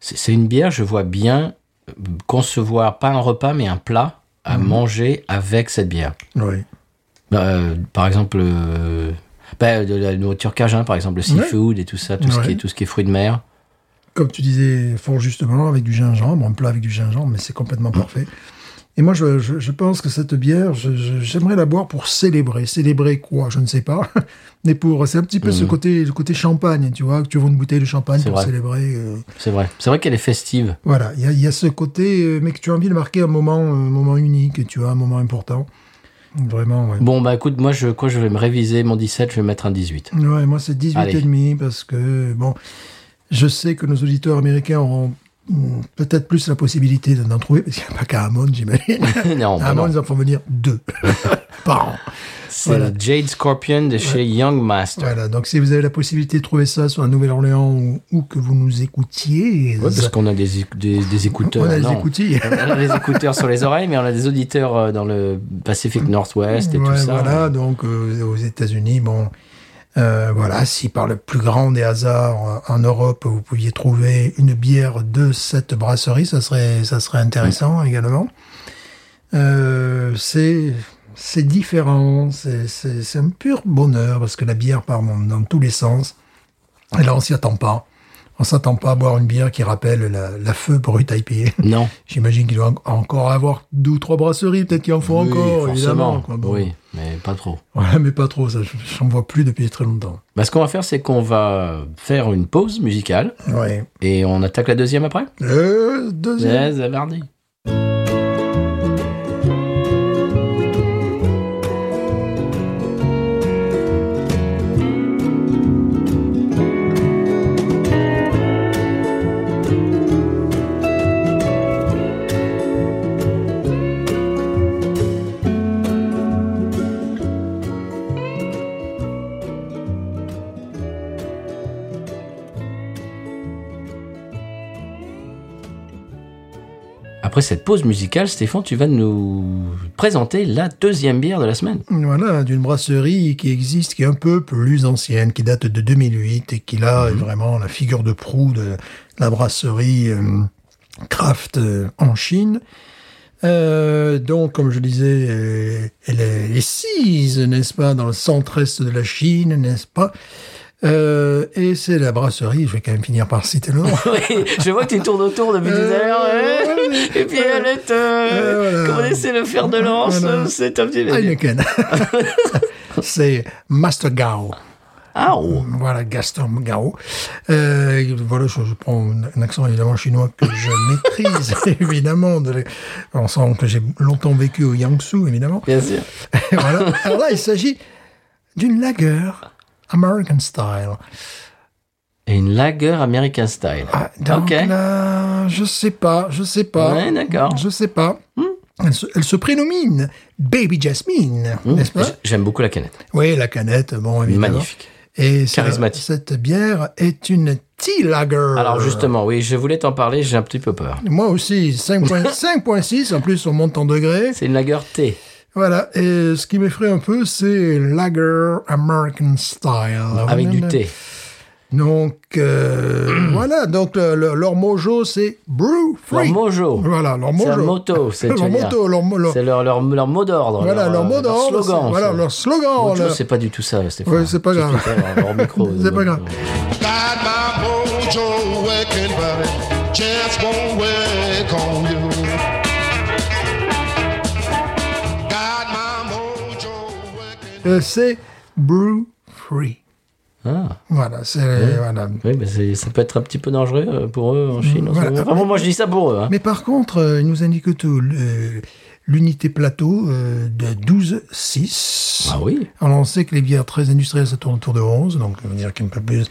C'est c'est une bière, je vois bien euh, concevoir pas un repas, mais un plat à Mhm. manger avec cette bière. Oui. Bah, euh, par exemple, euh, bah, de la nourriture cajun, par exemple, le seafood et tout ça, tout, ce Ouais. qui est, tout ce qui est fruits de mer. Comme tu disais fort justement, avec du gingembre, un plat avec du gingembre, mais c'est complètement parfait. Et moi, je, je- je pense que cette bière, je- je- j'aimerais la boire pour célébrer. Célébrer quoi Je ne sais pas. Mais pour, c'est un petit peu ce côté, le côté champagne, tu vois, que tu ouvres une bouteille de champagne Mmh. C'est pour vrai. célébrer. euh, C'est vrai. C'est vrai qu'elle est festive. Voilà, il y, a- il y a ce côté, euh, mais que tu as envie de marquer un moment, euh, un moment unique, tu vois, un moment important. Vraiment, ouais. Bon, bah écoute, moi, je, quoi, je vais me réviser mon 17, je vais mettre un 18. Ouais, moi c'est 18 Allez. et demi parce que, bon, je sais que nos auditeurs américains auront mm, peut-être plus la possibilité d'en trouver, parce qu'il n'y a pas qu'à Hammond, j'imagine. non, À bah non. Hammond, ils en font venir deux par an. C'est le Jade Scorpion de chez Young Master. Voilà, donc si vous avez la possibilité de trouver ça sur la Nouvelle-Orléans ou, ou que vous nous écoutiez, Ouais, parce qu'on a des, éc- des, des écouteurs. on a non. les écoutilles. On a les écouteurs sur les oreilles, mais on a des auditeurs euh, dans le Pacific Northwest et Ouais, tout ça. Voilà, donc euh, aux États-Unis, bon, euh, voilà, si par le plus grand des hasards euh, en en Europe vous pouviez trouver une bière de cette brasserie, ça serait, ça serait intéressant également. Euh, c'est c'est différent, c'est- c'est c'est un pur bonheur parce que la bière part dans, dans tous les sens. Et là, on s'y attend pas. On s'attend pas à boire une bière qui rappelle la, la feu brute IPA. Non. J'imagine qu'il doit en- encore avoir deux ou trois brasseries, peut-être qu'il en faut Oui, encore, forcément. évidemment. quoi. Bon. Oui, mais pas trop. Ouais, mais pas trop, ça, je- j'en vois plus depuis très longtemps. Bah, ce qu'on va faire, c'est qu'on va faire une pause musicale Ouais. et on attaque la deuxième après. Euh, deuxième. Ouais, c'est mardi. Après cette pause musicale, Stéphane, tu vas nous présenter la deuxième bière de la semaine. Voilà, d'une brasserie qui existe, qui est un peu plus ancienne, qui date de 2008 et qui là est vraiment la figure de proue de la brasserie euh, Craft euh, en Chine. Euh, donc, comme je disais, euh, elle est assise, n'est-ce pas, dans le centre-est de la Chine, n'est-ce pas Euh, Et c'est la brasserie, je vais quand même finir par citer le nom. Oui, je vois que tu tournes autour depuis tout à l'heure. Euh, ouais. ouais, Et puis ouais. elle est, euh, Euh, comment voilà. c'est le fer de lance, Voilà. Ah, c'est un petit... Heineken. c'est Master Gao. Ah, oh. Voilà, Gaston Gao. Euh, voilà, je, je prends un- un accent évidemment chinois que je maîtrise, évidemment. De, on sent que j'ai longtemps vécu au Yangsu, évidemment. bien sûr. voilà. Alors là, il s'agit d'une lager American style. Et une lager American style. Ah, donc ok. là, je sais pas, je sais pas. Ouais, d'accord. Hmm. Je sais pas. Elle, se, elle se prénomine Baby Jasmine, n'est-ce pas J- J'aime beaucoup la canette. Oui, la canette, bon, évidemment. Magnifique. Et ça- Charismatique. cette bière est une tea lager. Alors justement, oui, je voulais t'en parler, j'ai un petit peu peur. Moi aussi, 5.6, en plus on monte en degrés. C'est une lager thé. Voilà, et ce qui m'effraie un peu, c'est lager American style. Avec du thé. Donc, euh, voilà, donc le- le- leur mojo, c'est brew Leur free. mojo. Voilà, leur C'est mojo. leur motto. C'est tu leur veux dire. motto, leur, leur- C'est leur, leur, leur mot d'ordre. voilà, leur, euh, mot d'ordre. slogan. c'est- Voilà, ça. leur slogan. Mojo, leur- c'est pas du tout ça, Stéphane. Ouais, c'est pas grave. tout à l'heure, hors micro. euh, C'est pas grave. Got my mojo working, but it just won't work on you. Got my mojo working. Euh, c'est brew free. Ah. Voilà, c'est... Voilà. Oui, mais c'est- ça peut être un petit peu dangereux euh, pour eux en Chine. en ce Voilà. moment. Vraiment, moi, je dis ça pour eux. hein. Mais par contre, euh, il nous indique tout. le- euh, L'unité plateau euh, de 12,6. Ah oui. Alors on sait que les bières très industrielles, ça tourne autour de 11, donc ça veut dire qu'il y a un peu plus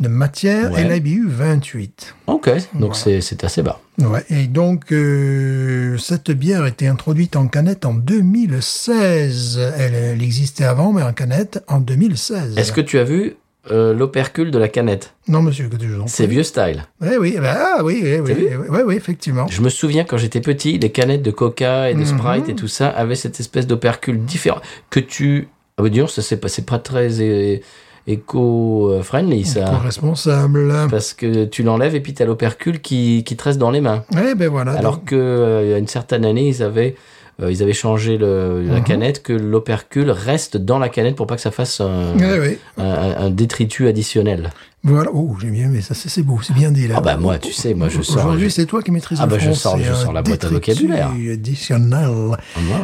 de matière. Mmh. Ouais. Et l'IBU, 28. Ok. Donc c'est c'est assez bas. Ouais. Et donc, euh, cette bière a été introduite en canette en 2016. Elle, elle existait avant, mais en canette en 2016. Est-ce que tu as vu euh, l'opercule de la canette Non, monsieur, que tu joues. C'est vieux style. Oui, oui, eh ben, ah, oui, eh oui, T'as vu eh oui, oui, oui, effectivement. Je me souviens quand j'étais petit, les canettes de Coca et de Sprite et tout ça avaient cette espèce d'opercule différent que tu. Ah bah dis donc, ça c'est pas, c'est pas très é- éco-friendly ça. Responsable. Parce que tu l'enlèves et puis t'as l'opercule qui, qui te reste dans les mains. Eh ben voilà. Alors que euh, il y a une certaine année, ils avaient, euh, ils avaient changé le, la canette, que l'opercule reste dans la canette pour pas que ça fasse un, donc, eh oui. un, un- un détritus additionnel. Voilà. Oh, j'ai bien aimé ça. C'est c'est beau, c'est bien dit là. Ah bah moi, tu sais, moi je sors. Aujourd'hui, c'est toi qui maîtrises Ah le bah, je français. sors- je hein. sors la boîte à Détritus vocabulaire. Ah, additionnel. Ouais.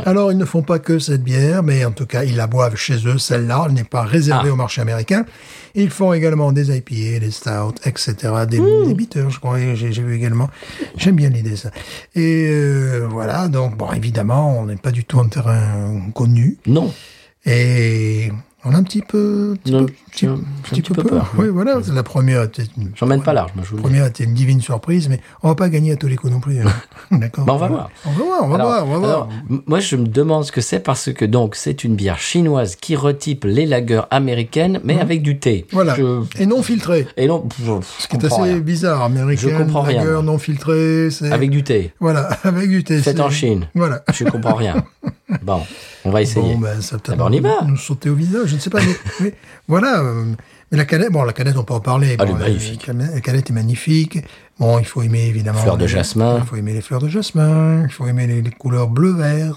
Alors, ils ne font pas que cette bière, mais en tout cas, ils la boivent chez eux. Celle-là, elle n'est pas réservée Ah. au marché américain. Ils font également des IPA, des stouts, etc. Des, Mmh. des bitters, je crois. et J'ai j'ai vu également. J'aime bien l'idée, ça. Et euh, voilà, donc, bon, évidemment, on n'est pas du tout en terrain connu. Non. Et on a un petit peu... petit Non, peu- j'ai un- j'ai un petit peu peur, Oui, voilà, c'est la première. c'est une- J'emmène pas large, moi je vous le dis. Première, c'était une divine surprise, mais on va pas gagner à tous les coups non plus. hein. D'accord. Bah, on va voir. On va voir, on va Alors- voir, on va alors, voir. m- moi, je me demande ce que c'est parce que donc c'est une bière chinoise qui retype les lagers américaines, mais avec du thé. Mmh. Voilà. Je- Et non filtré. Et non, pff, je, je C'est comprends assez rien. bizarre, américain. Je comprends rien, lager non filtré, c'est. Avec du thé, Voilà, avec du thé. fait c'est- en Chine. Voilà. Je comprends rien. Bon, on va essayer. Bon, ben, ça peut ben, on y va. nous, nous sauter au visage, je ne sais pas. Mais, mais voilà. euh, Mais la canette, bon, la canette, on peut en parler. Ah, Elle Bon, est la- magnifique. La canette, la canette est magnifique. Bon, il faut aimer évidemment. Fleurs de les- jasmin. Il faut aimer les fleurs de jasmin. Il faut aimer les, les couleurs bleu-vert.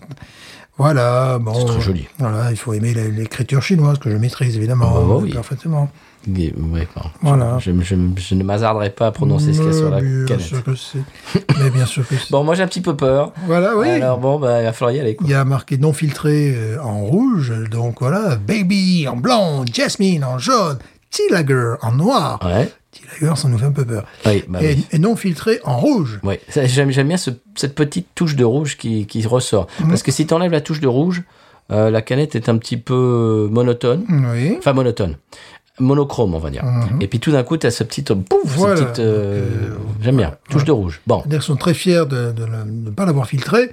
Voilà. Bon. très joli. Voilà, il faut aimer la- l'écriture chinoise que je maîtrise évidemment Ah, bah oui. parfaitement. Et- ouais, bon, je- Voilà. Je, je- je ne m'hasarderai pas à prononcer ce qu'il y a sur la Mais bien canette. sûr que c'est. Mais bien sûr que c'est. Bon, moi j'ai un petit peu peur. Voilà, oui. Alors bon, bah, il va falloir y aller. Quoi. Il y a marqué non filtré euh, en rouge, donc voilà, Baby en blanc, Jasmine en jaune, Tea Lager en noir. Ouais. Tea Lager, ça nous fait un peu peur. Oui, bah et, oui. et non filtré en rouge. Ouais, ça, j'aime, j'aime bien ce- cette petite touche de rouge qui, qui ressort. Parce que si tu enlèves la touche de rouge, euh, la canette est un petit peu monotone. Oui. Enfin, monotone. Monochrome, on va dire. Et puis tout d'un coup, tu as ce petit. Pouf, cette Voilà. petite, Mhm. euh, J'aime bien. Touche de rouge. Bon. C'est-à-dire qu'ils sont très fiers de de ne pas l'avoir filtré.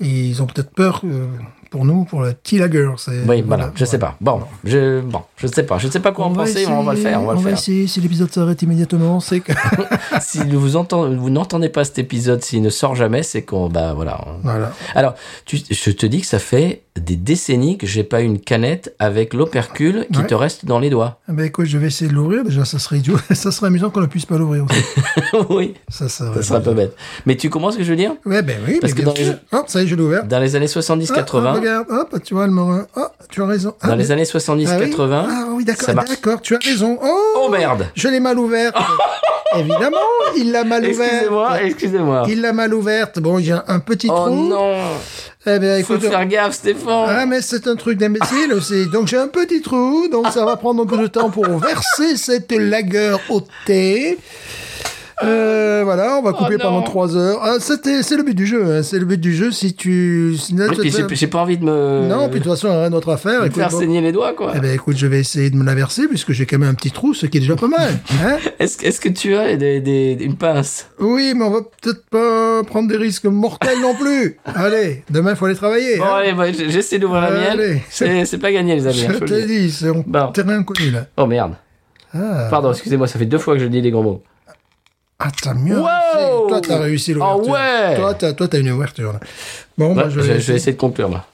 Et ils ont peut-être peur euh, pour nous, pour le petit lager. c'est- Oui, voilà, je sais pas. Bon, je, bon, je sais pas. Je sais pas quoi en va penser, mais on va le essayer, faire. On va le faire. essayer, si l'épisode s'arrête immédiatement, c'est que... si vous, entendez, vous n'entendez pas cet épisode, s'il ne sort jamais, c'est qu'on, bah voilà. on- voilà. Alors, tu- je te dis que ça fait des décennies que j'ai pas eu une canette avec l'opercule qui Ouais. te reste dans les doigts. Ah Ben écoute, je vais essayer de l'ouvrir, déjà ça serait idiot, ça serait amusant qu'on ne puisse pas l'ouvrir aussi. oui, Bah, Ça, ça serait un peu bête. Mais tu comprends ce que je veux dire Ouais, ben oui, Parce mais que dans bien sûr. les- Hop, ça y est, je l'ai ouvert. Dans les années Ah, ah, 70-80, regarde, hop, tu vois le morin. Oh, tu as raison. dans les années ah, oui. 70-80, Ah oui, d'accord, ça marche. d'accord, tu as raison. Oh, Oh merde Je l'ai mal ouverte. Évidemment, il l'a mal ouverte. Excusez-moi, excusez-moi. Il l'a mal ouverte. Bon, il y a un petit Oh trou. non Eh ben, Faut écoute. faire gaffe, Ah, Stéphane mais c'est un truc d'imbécile aussi. Donc, j'ai un petit trou. Donc, ça va prendre un peu de temps pour verser cette lagueur au thé. Euh, voilà, on va couper non. pendant trois heures. Ah, c'était, c'est le but du jeu. hein. C'est le but du jeu. Si tu. si- Oui, puis j'ai j'ai pas envie de me, Non, puis de toute façon, rien d'autre à faire. me Écoute, faire bon. saigner les doigts, quoi. Eh ben, écoute, je vais essayer de me la verser puisque j'ai quand même un petit trou, ce qui est déjà pas mal. Hein Est-ce que- est-ce que tu as des, des- une pince Oui, mais on va peut-être pas prendre des risques mortels non plus. Allez, demain, faut aller travailler. Bon, hein. allez, bah, j- j'essaie d'ouvrir la mienne. Allez. C'est c'est pas gagné, les amis. hein, je je vous le te dis. dis, c'est un Bon. terrain inconnu, là. Oh merde. Ah, Pardon, excusez-moi, ça fait deux fois que je dis les gros mots. ah t'as mieux Wow réussi. Toi, t'as réussi l'ouverture. Ah ouais Toi, t'as, toi, t'as une ouverture, là. Bon, Ouais, bah, je, je vais essayer de conclure, moi.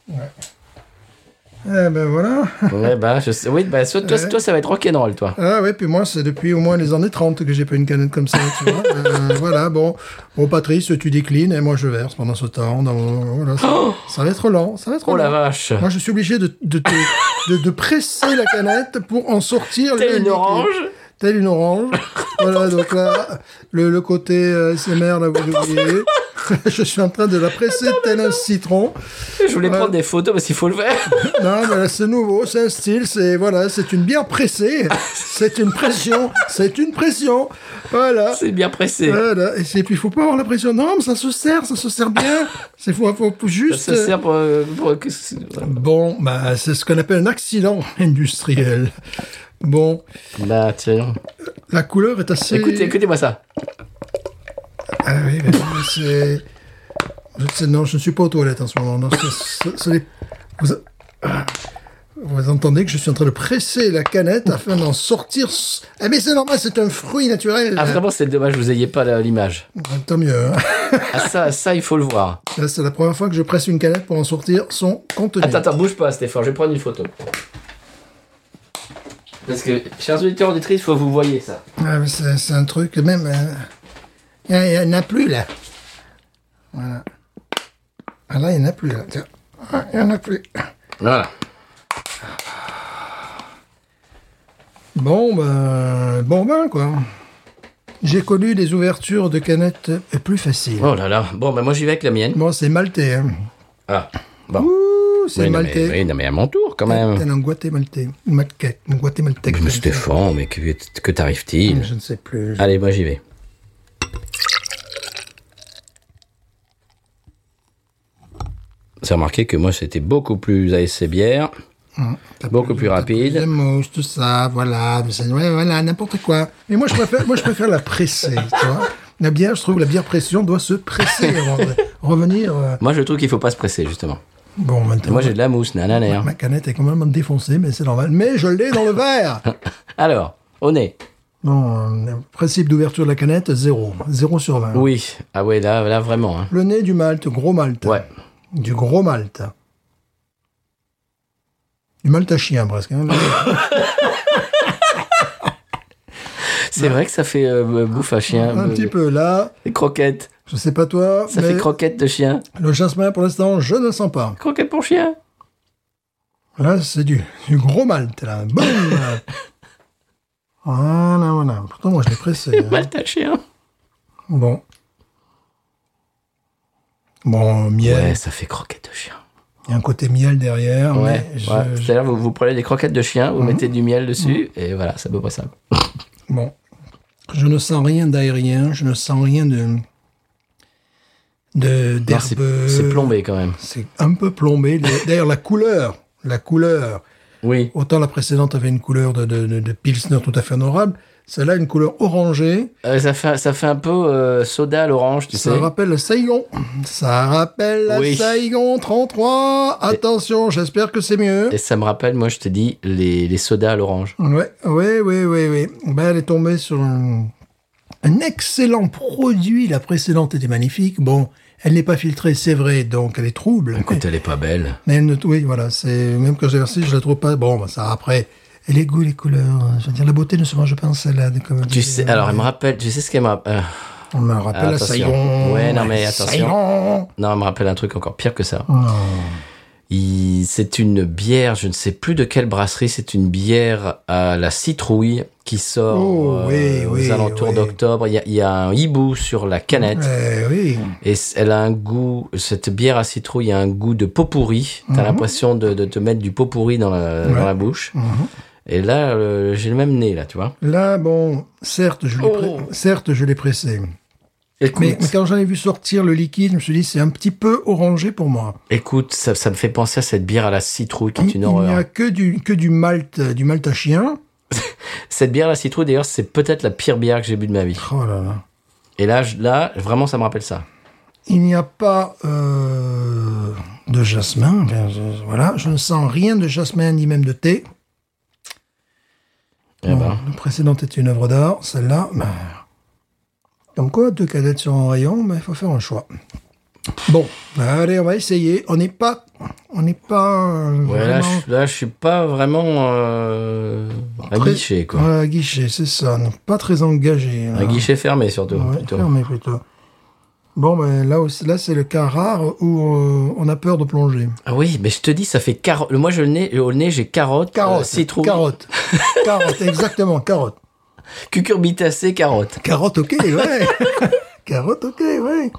Eh ben, voilà. ouais, bah, je sais- Oui, bah, soit- toi, Ouais. toi, ça va être rock'n'roll, toi. Ah ouais, puis moi, c'est depuis au moins les années 30 que j'ai pas une canette comme ça, tu vois. Euh, voilà, bon. Bon, Patrice, tu déclines et moi, je verse pendant ce temps. Dans mon- voilà, ça, ça va être lent, ça va être Oh la lent. vache Moi, je suis obligé de, de, te- de, de presser la canette pour en sortir le Telle une liquide. orange Telle une orange. voilà, donc là, le, le côté euh, SMR, là, vous oubliez. je suis en train de la presser tel un citron. Je voulais Ouais. prendre des photos parce qu'il faut le faire. Non, mais là, c'est nouveau, c'est un style, c'est, voilà, c'est une bière pressée. c'est une pression, c'est une pression. Voilà. C'est bien pressé. Voilà. Et c'est- puis, il faut pas avoir la pression. Non, mais ça se sert, ça se sert bien. C'est, faut, faut Ça juste. se sert pour... euh, pour que- Bon, bah, c'est ce qu'on appelle un accident industriel. Bon, Bah, tiens. la couleur est assez. Écoutez, écoutez-moi ça. Ah oui, mais c'est. je sais- Non, je ne suis pas aux toilettes en ce moment. Non, c'est- c'est- c'est- Vous... Ah. Vous entendez que je suis en train de presser la canette afin d'en sortir. s- Ah, mais c'est normal, c'est un fruit naturel. Ah, vraiment, c'est dommage que vous ayez pas la- l'image. Ah, Tant mieux. hein. Ah, ça, ça, il faut le voir. Là, c'est la première fois que je presse une canette pour en sortir son contenu. Attends, attends, bouge pas, Stéphane, je vais prendre une photo. Parce que, chers auditeurs, auditrices, faut que vous voyez ça. Ah, mais c'est c'est un truc, même. euh, Il n'y en a plus, là. Voilà. Ah, là, il n'y en a plus, là. Tiens. Ah, Il n'y en a plus. Voilà. Bon, ben. Bon, ben, quoi. J'ai connu des ouvertures de canettes plus faciles. Oh là là. Bon, bah, moi, j'y vais avec la mienne. Bon, c'est maltais, hein. Ah, bon. Ouh, c'est Oui, non, mais, maltais. oui, non, mais à mon tour, quand T'es même. un guatémaltais. Maltais. Un guatémaltais. Mais Stéphane, mais que, que t'arrive-t-il Je ne sais plus. Allez, moi, j'y vais. Vous avez remarqué que moi, c'était beaucoup plus ASC bière. T'as Beaucoup plus t'as rapide. les mouches, tout ça, voilà, mais c'est- ouais, voilà, n'importe quoi. Mais moi, je préfère, moi, je préfère la presser, tu vois. La bière, je trouve, la bière pression doit se presser avant de revenir. euh. Moi, je trouve qu'il faut pas se presser, justement. Bon, maintenant, Moi, j'ai de la mousse, nanana. ma canette est complètement défoncée, mais c'est normal. Mais je l'ai dans le verre. Alors, au nez. Bon, euh, principe d'ouverture de la canette, zéro. Zéro sur 20. Oui. Ah ouais, là, là vraiment. hein. Le nez du malt, gros malt. Ouais. Du gros malt. Du malt à chien, presque. hein. C'est vrai que ça fait euh, bouffe à chien. euh, Un petit peu là. des Croquettes. Je sais pas toi, Ça mais fait croquettes de chien. le jasmin, pour l'instant, je ne le sens pas. Croquettes pour chien. Là, c'est du, du gros malt, là. Boum Voilà, voilà. Pourtant, moi, je l'ai pressé. hein. Malte à chien. Bon. Bon, miel. Ouais, ça fait croquettes de chien. Il y a un côté miel derrière. Ouais. mais je- Mhm. ouais. je- C'est-à-dire, vous, vous prenez des croquettes de chien, vous mettez du miel dessus, Mhm. et voilà, c'est à peu près ça. Bon. Je ne sens rien d'aérien. Je ne sens rien de... de Non, d'herbe. C'est c'est plombé quand même. C'est un peu plombé. D'ailleurs, la couleur. La couleur. Oui. Autant la précédente avait une couleur de, de, de- de pilsner tout à fait honorable, Celle-là, une couleur orangée. Euh, ça, fait, ça fait un peu euh, soda à l'orange, tu Ça sais. rappelle le Saigon. Ça rappelle la Oui. Saigon 33. Attention, j'espère que c'est mieux. Et ça me rappelle, moi, je te dis, les, les sodas à l'orange. Ouais, ouais, ouais, ouais, ouais. Ben, elle est tombée sur un, un excellent produit. La précédente était magnifique. Bon, elle n'est pas filtrée, c'est vrai, donc elle est trouble. Écoute, elle est pas belle. Mais elle ne- oui, voilà, c'est même que j'ai versé, je la trouve pas. Bon, ben, ça après. Et les goûts, les couleurs. hein, Je veux dire, la beauté ne se mange pas en salade. Comme Tu sais, alors, elle me rappelle, tu sais ce qu'elle me rappelle euh, on me rappelle la Attention. Saigon. Ouais, non, la mais attention. Saigon. Non, elle me rappelle un truc encore pire que ça. Il- C'est une bière, je ne sais plus de quelle brasserie, c'est une bière à la citrouille qui sort euh, Oh, oui, aux oui, alentours oui. d'octobre. Il y, a, il y a un hibou sur la canette. Eh oui. Et c- elle a un goût, cette bière à citrouille a un goût de pot pourri. Mhm. T'as l'impression de, de te mettre du pot pourri dans la, dans la bouche. Et là, euh, j'ai le même nez, là, tu vois. Là, bon, certes, je l'ai Oh. pré- certes, je l'ai pressé. Écoute, Mais, mais quand j'en ai vu sortir le liquide, je me suis dit, c'est un petit peu orangé pour moi. écoute ça, ça me fait penser à cette bière à la citrouille qui Il est il une n'y horreur. a que du, que du malt, du malt à chien. Cette bière à la citrouille, d'ailleurs, c'est peut-être la pire bière que j'ai bu de ma vie. Oh là là. Et là, je- là vraiment, ça me rappelle ça. Il n'y a pas euh, de jasmin. Enfin, je- voilà, je ne sens rien de jasmin ni même de thé. Eh Bon, ben. La précédente était une œuvre d'art, celle-là. ben, Comme quoi, deux cadettes sur un rayon, mais il faut faire un choix. Bon, allez, on va essayer. On n'est pas, on n'est pas euh, Ouais, là, vraiment- je, là, je suis pas vraiment euh, un Très- guichet, quoi. Ouais, un guichet, c'est ça. non, pas très engagé. hein. là. Un guichet fermé, surtout. Ouais, plutôt. fermé plutôt. Bon, ben là aussi, là c'est le cas rare où euh, on a peur de plonger. Ah oui, mais je te dis, ça fait carotte. Moi, je le nez, au nez, j'ai carotte, Carotte, euh, citrouille, carotte, carotte, exactement, carotte, cucurbitacée, carotte. carotte, ok, ouais, carotte, ok, ouais,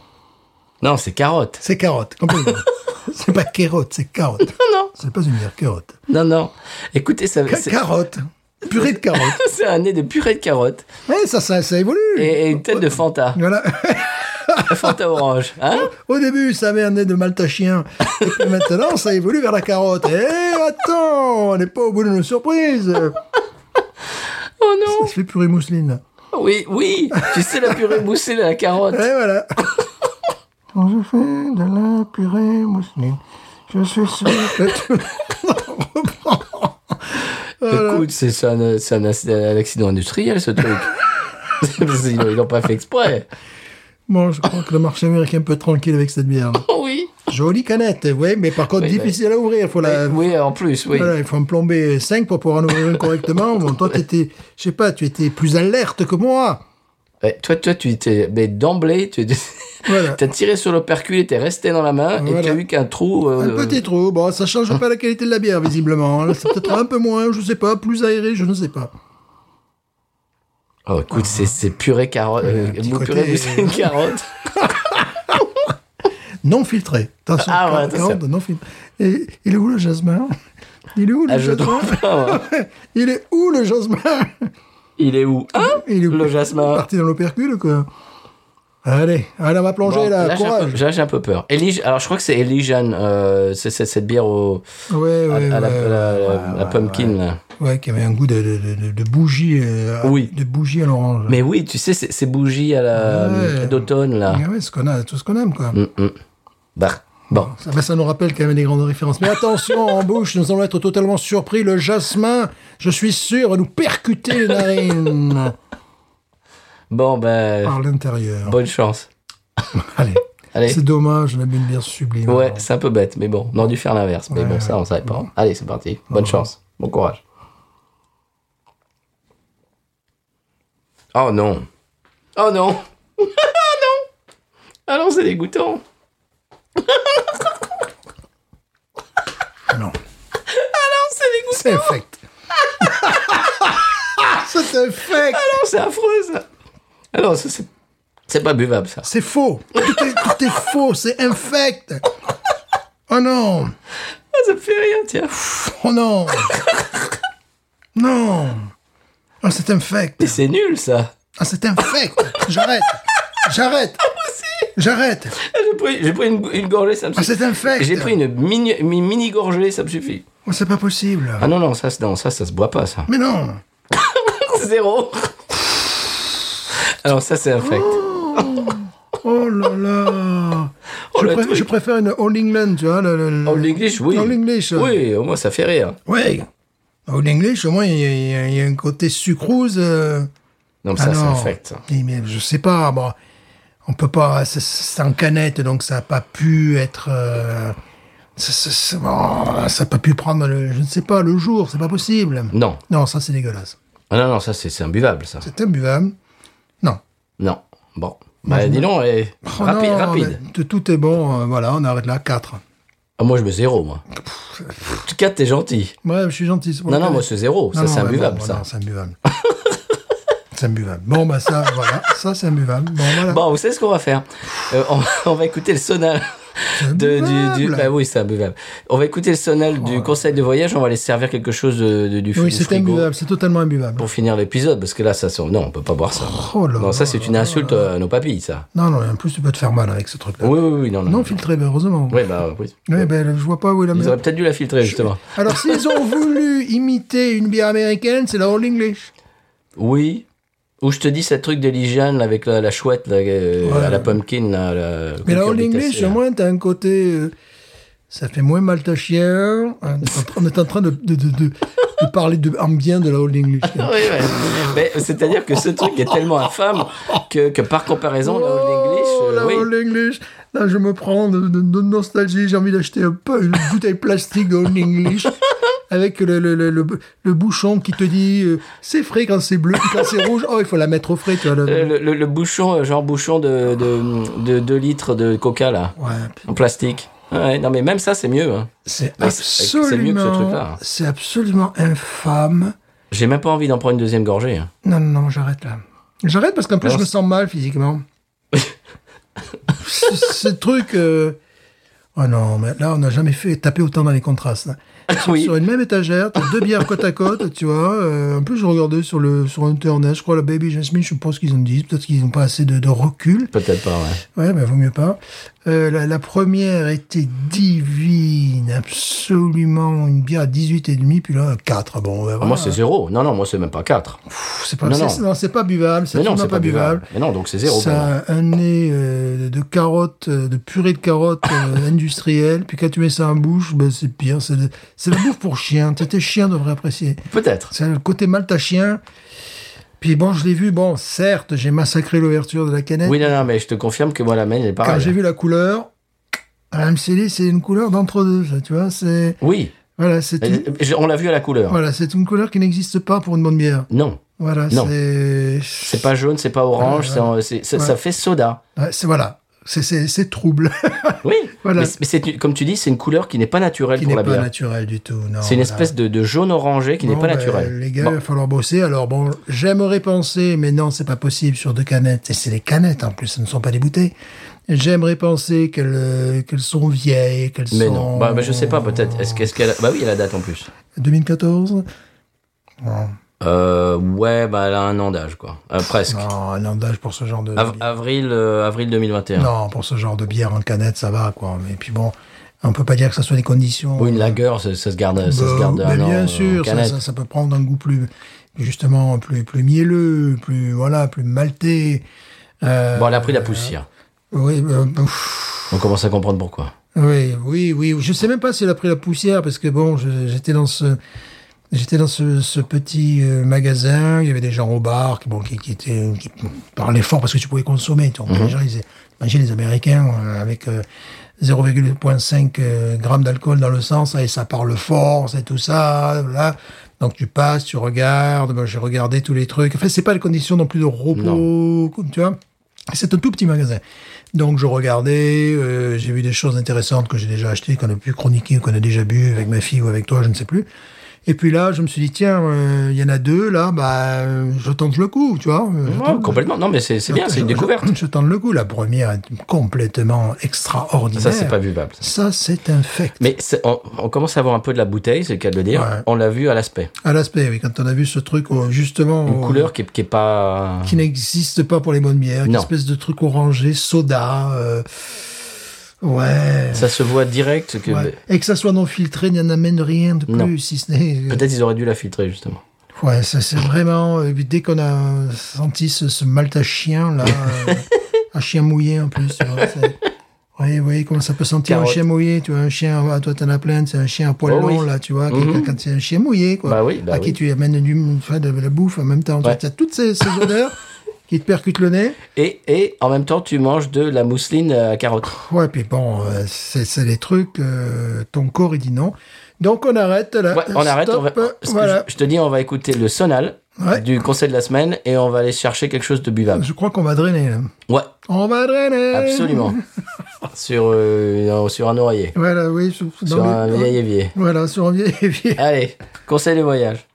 Non, c'est carotte. c'est carotte, complètement. c'est pas carotte, c'est carotte. Non, non, c'est pas une bière carotte. Non, non. Écoutez, ça, Ca- c'est, Carotte, purée de carotte. c'est un nez de purée de carotte Ouais, ça, ça, ça évolue. et, et une tête de Fanta. Voilà. Fanta orange. Hein Au début, ça avait un nez de maltachien. Et puis maintenant, ça évolue vers la carotte. Eh, attends, on n'est pas au bout de nos surprises. oh non Ça se fait purée mousseline. Oui, oui Tu sais, la purée moussée de la carotte. Et voilà. Quand je fais de la purée mousseline, je suis sûr que tu- Écoute, c'est, c'est un, c'est un ac- un accident industriel, ce truc. ils, l'ont- ils l'ont pas fait exprès. Bon, je crois que le marché américain peut être tranquille avec cette bière. Oh Oui. Jolie canette, oui, mais par contre, Oui, difficile à ouvrir. Faut la... Oui, en plus, oui. Bah, Voilà, il faut en plomber 5 pour pouvoir en ouvrir une correctement. Bon, toi, tu étais, je sais pas, tu étais plus alerte que moi. Ouais, Eh, toi, toi, tu étais mais d'emblée, tu Voilà. as tiré sur le percule et t'es resté dans la main et Voilà. tu as eu qu'un trou. Un euh, petit trou, bon, ça change pas la qualité de la bière, visiblement. Là, C'est peut-être un peu moins, je sais pas, plus aéré, je ne sais pas. Oh, écoute, c'est- c'est purée carotte. euh, un petit mou- côté- euh, purée moussée de carotte. Non filtré. Attention, Ah ouais, car- attention. carotte non filtré. Et il est où le jasmin Il est où le Ah, je jasmin trouve pas, moi. Il est où le jasmin Il est où Hein Il est où Le jasmin. Parti dans l'opercule, quoi. Allez, allez, on va plonger Bon, là, là, j'ai un peu- courage. là, j'ai un peu peur. Elijah- alors je crois que c'est Elijah, euh, c'est c'est- cette bière au, Ouais, à, à ouais, la, ouais, la- la- ouais, la ouais, pumpkin. ouais. là. Ouais, qui avait un goût de, de, de- de bougie, euh, Oui. de bougie à l'orange. Mais oui, tu sais, ces ces bougies à la euh, Ouais. d'automne là. Ah ouais, ce qu'on a, tout ce qu'on aime, quoi. Mm. Bah, bon. Ça, bah, ça nous rappelle quand même des grandes références. Mais attention, en bouche, nous allons être totalement surpris. Le jasmin, je suis sûr, va nous percuter les narines Bon ben, par l'intérieur. bonne chance. Allez. Allez. C'est dommage, on a bu une bière sublime. Ouais, c'est un peu bête, mais bon, on aurait dû faire l'inverse. Mais Ouais, bon, ouais. ça, on savait pas. Allez, c'est parti. Bonne chance. Bon courage. Oh non. Oh non. non. Ah non, c'est dégoûtant. Ah Non, Ah, C'est dégoûtant. c'est infect. c'est infect. Non, c'est affreux, ça. Ah non, ça, c'est... c'est pas buvable, ça. C'est faux. Tout est, tout est faux, c'est infect. Oh non, Ah, ça me fait rien, tiens. Pff, oh non. Non. Oh, c'est infect. mais c'est nul, ça. Ah, c'est infect. J'arrête. J'arrête. J'arrête. Ah, J'ai pris, j'ai pris une, une gorgée, ça me Ah, suffit. c'est infect. J'ai pris une mini, mi- mini-gorgée, ça me suffit. Oh, c'est pas possible. Ah non, non, ça, c'est- non, ça, ça se boit pas, ça. Mais non. Zéro. Alors ça, c'est un fact. Oh là là Oh, je, le pré- truc. je préfère une Old England, tu vois. Le, le- le- Old English, oui. Old English. Oui, au moins ça fait rire. Ouais. Old English, au moins, il y, a- il y a- il y a un côté sucrose. euh, Non, mais ah ça, c'est un non. fact. Mais, mais je sais pas, bon, on peut pas, c'est- c'est en canette, donc ça a pas pu être, euh, c'est- c'est- c'est- bon, ça a pas pu prendre, le, je ne sais pas, le jour, c'est pas possible. Non. Non, ça c'est dégueulasse. Ah non, non, ça, c'est c'est imbuvable, ça. C'est imbuvable. Non. Non. Bon. Bah, dis donc, eh, Oh rapide, non, rapide. mais de- tout est bon, euh, voilà, on arrête là, 4. Ah, moi, je mets zéro, moi. 4, t'es gentil. Ouais, je suis gentil. c'est pour Non, le non, cas. moi, c'est zéro. Oh, Ça, Non, c'est non, ouais, imbuvable, bon, ça. Non, c'est imbuvable. c'est imbuvable. Bon, bah ça, voilà, ça c'est imbuvable. Bon, voilà. Bon, vous savez ce qu'on va faire Euh, on, on va écouter le sonal. De, du, du, imbuvable. Oh. bah oui, c'est imbuvable. On va écouter le sonal du conseil de voyage. On va aller servir quelque chose de- de- du, fri- oui, du c'est frigo imbuvable, c'est totalement imbuvable. pour finir l'épisode, parce que là, ça, sent- non, on peut pas boire ça. Oh là Non, ça, là c'est une insulte euh, à nos papilles, ça. Non, non, et en plus, tu peux te faire mal avec ce truc-là. Oui, oui, oui, non, non. Non filtré, ben, heureusement. Ouais, bah oui. Ouais, ben, je vois pas où est la Ils maison. auraient peut-être dû la filtrer, justement. Alors, s'ils ont voulu imiter une bière américaine, c'est la Old English. Oui. Ou je te dis, ce truc de l'hygiène avec la, la chouette, là, euh, Ouais. à la pumpkin. là, la- Mais la qu'on Old déteste, English, là. au moins, t'as un côté. euh, ça fait moins mal ta chien. On est en- on est en train de, de, de, de- de parler de, en bien de la Old English. Oui, ouais. Mais c'est-à-dire que ce truc est tellement infâme que, que par comparaison, la Old English. Oh, euh, la oui. Old English. Là, je me prends de, de- de nostalgie. J'ai envie d'acheter un peu- une bouteille plastique de Old English avec le, le, le, le- le bouchon qui te dit euh, c'est frais quand c'est bleu, puis quand c'est rouge. Oh, il faut la mettre au frais. Tu vois, le- Le, le- le bouchon, euh, genre bouchon de 2 de, 2 litres de coca, là, Ouais, en plastique. Ouais, non, mais même ça, c'est mieux. hein. c'est Mais c'est- c'est mieux que ce truc-là. hein. absolument, c'est absolument infâme. J'ai même pas envie d'en prendre une deuxième gorgée. hein. Non, non, non, j'arrête là. J'arrête parce qu'en plus Alors, je me sens mal physiquement. ce, ce truc, euh, oh non, mais là on n'a jamais fait taper autant dans les contrastes. hein. oui. Sur une même étagère, t'as deux bières côte à côte, tu vois. euh, en plus, je regardais sur le sur internet, je crois la Baby Jasmine, je suppose qu'ils en disent, peut-être qu'ils n'ont pas assez de, de recul. Peut-être pas, ouais. Ouais, mais vaut mieux pas. Euh, la, la première était divine, absolument une bière à 18 et demi, puis là 4. Bon, ben, voilà. Ah, Moi, c'est zéro. Non, non, moi, c'est même pas 4. Pff, c'est pas, non, c'est- non. c'est- non, c'est pas buvable, c'est Mais non, c'est absolument pas, buvable. Mais non, donc c'est zéro. pour moi. Ça a un nez euh, de carottes, euh, de purée de carottes euh, industrielle. Puis quand tu mets ça en bouche, ben, c'est pire. C'est de- c'est la bouffe pour chien. T'étais chien devrait apprécier. Peut-être. C'est le côté malta chien. Puis bon, je l'ai vu. Bon, certes, j'ai massacré l'ouverture de la canette. Oui, non, non, mais je te confirme que moi, la mienne, elle est Quand pareille. j'ai vu la couleur, RMCD, c'est une couleur d'entre-deux. ça, Tu vois, c'est. Oui, Voilà, c'est une... Elle- je- on l'a vu à la couleur. Voilà, c'est une couleur qui n'existe pas pour une bonne bière. Non, Voilà, Non. c'est. c'est pas jaune, c'est pas orange, Ouais, c'est en- c'est- ça, ça Ouais. fait soda. Ouais, c'est- voilà. C'est- C'est c'est trouble. Oui, Voilà. mais, c- mais c'est une- comme tu dis, c'est une couleur qui n'est pas naturelle qui pour n'est la pas bière. naturel du tout. non, C'est une voilà. espèce de, de jaune orangé qui n'est Bon, pas ben, naturel. Les gars, Bon. il va falloir bosser. Alors bon, j'aimerais penser, mais non, c'est pas possible sur deux canettes. Et c'est des canettes en plus, ce ne sont pas des bouteilles. J'aimerais penser qu'elles euh, qu'elles sont vieilles, qu'elles sont. Mais non, bah, bah, je sais pas, peut-être. Est-ce que- est-ce qu'elle. Bah oui, elle a la date en plus. 2014 Euh, ouais, bah elle a un an d'âge, quoi. Euh, presque. Non, un andage pour ce genre de. Av- avril, euh, avril 2021. non, pour ce genre de bière en canette, ça va quoi. Mais puis bon, on peut pas dire que ça soit des conditions. Ou une lager, ça, ça se garde, ça se Bah, garde mais un an. bien euh, en sûr, ça, canette. ça, ça peut prendre un goût plus justement plus plus mielleux, plus voilà, plus maltais. Euh, Bon, elle a pris la poussière. Oui, euh, pff, On commence à comprendre pourquoi. oui, oui, oui. Je sais même pas si elle a pris la poussière parce que bon, je- j'étais dans ce, j'étais dans ce, ce petit euh, magasin. Il y avait des gens au bar qui, bon, qui, qui étaient, qui parlaient fort parce que tu pouvais consommer. Donc, les gens, ils, disaient, imagine les Américains euh, avec euh, 0,5 euh, grammes d'alcool dans le sang, ça, et ça parle fort, c'est tout ça, voilà. Donc tu passes, tu regardes. ben, j'ai regardé tous les trucs. En fait, c'est pas les conditions non plus de repos, comme tu vois. C'est un tout petit magasin. Donc je regardais, euh, j'ai vu des choses intéressantes que j'ai déjà achetées, qu'on a pu chroniquer ou qu'on a déjà bu avec ma fille ou avec toi, je ne sais plus. Et puis là, je me suis dit, tiens, euh, il y en a deux, là, bah, euh, je tente le coup, tu vois. euh, je Ouais, tente- complètement. Non, mais c'est c'est bien, je- c'est une je- découverte. Je, tente le coup. La première est complètement extraordinaire. Ça, c'est pas buvable. ça. Ça, c'est un fact. Mais c'est- on, on commence à voir un peu de la bouteille, c'est le cas de le dire. Ouais. On l'a vu à l'aspect. À l'aspect, oui, quand on a vu ce truc, oh, justement. Une oh, couleur qui est, qui est pas. qui n'existe pas pour les bonnes bières. Une Non. espèce de truc orangé, soda. euh, ouais. Ça se voit direct. que Ouais. Et que ça soit non filtré, n'y en amène rien de plus, Non. si ce n'est. euh, Peut-être ils auraient dû la filtrer justement. Ouais, ça, c'est vraiment. euh, Dès qu'on a senti ce, ce Malta chien, là, euh, un chien mouillé en plus. tu vois, c'est- Ouais, vous voyez comment ça peut sentir Carotte. un chien mouillé, tu vois, un chien, ah, toi t'en as plein, c'est un chien à poil Oh oui. long, là, tu vois, qui- Mhm. quand c'est un chien mouillé, quoi, Bah oui, bah à qui oui. tu amènes du, tu vois, de la bouffe en même temps, tu Ouais. as toutes ces, ces odeurs qui te percutent le nez, Et, et en même temps, tu manges de la mousseline euh, à carotte. ouais, puis bon, euh, c'est c'est les trucs, euh, ton corps il dit non, donc on arrête là, Ouais, on arrête. on va- Stop, euh, ce que voilà, je, je te dis, on va écouter le sonal Ouais. du conseil de la semaine et on va aller chercher quelque chose de buvable. je crois qu'on va drainer, là. Ouais, on va drainer, absolument. sur, euh, sur un oreiller, Voilà, oui. Sur, dans sur les- un vieil évier. Voilà, sur un vieil évier. Allez, conseil de voyage.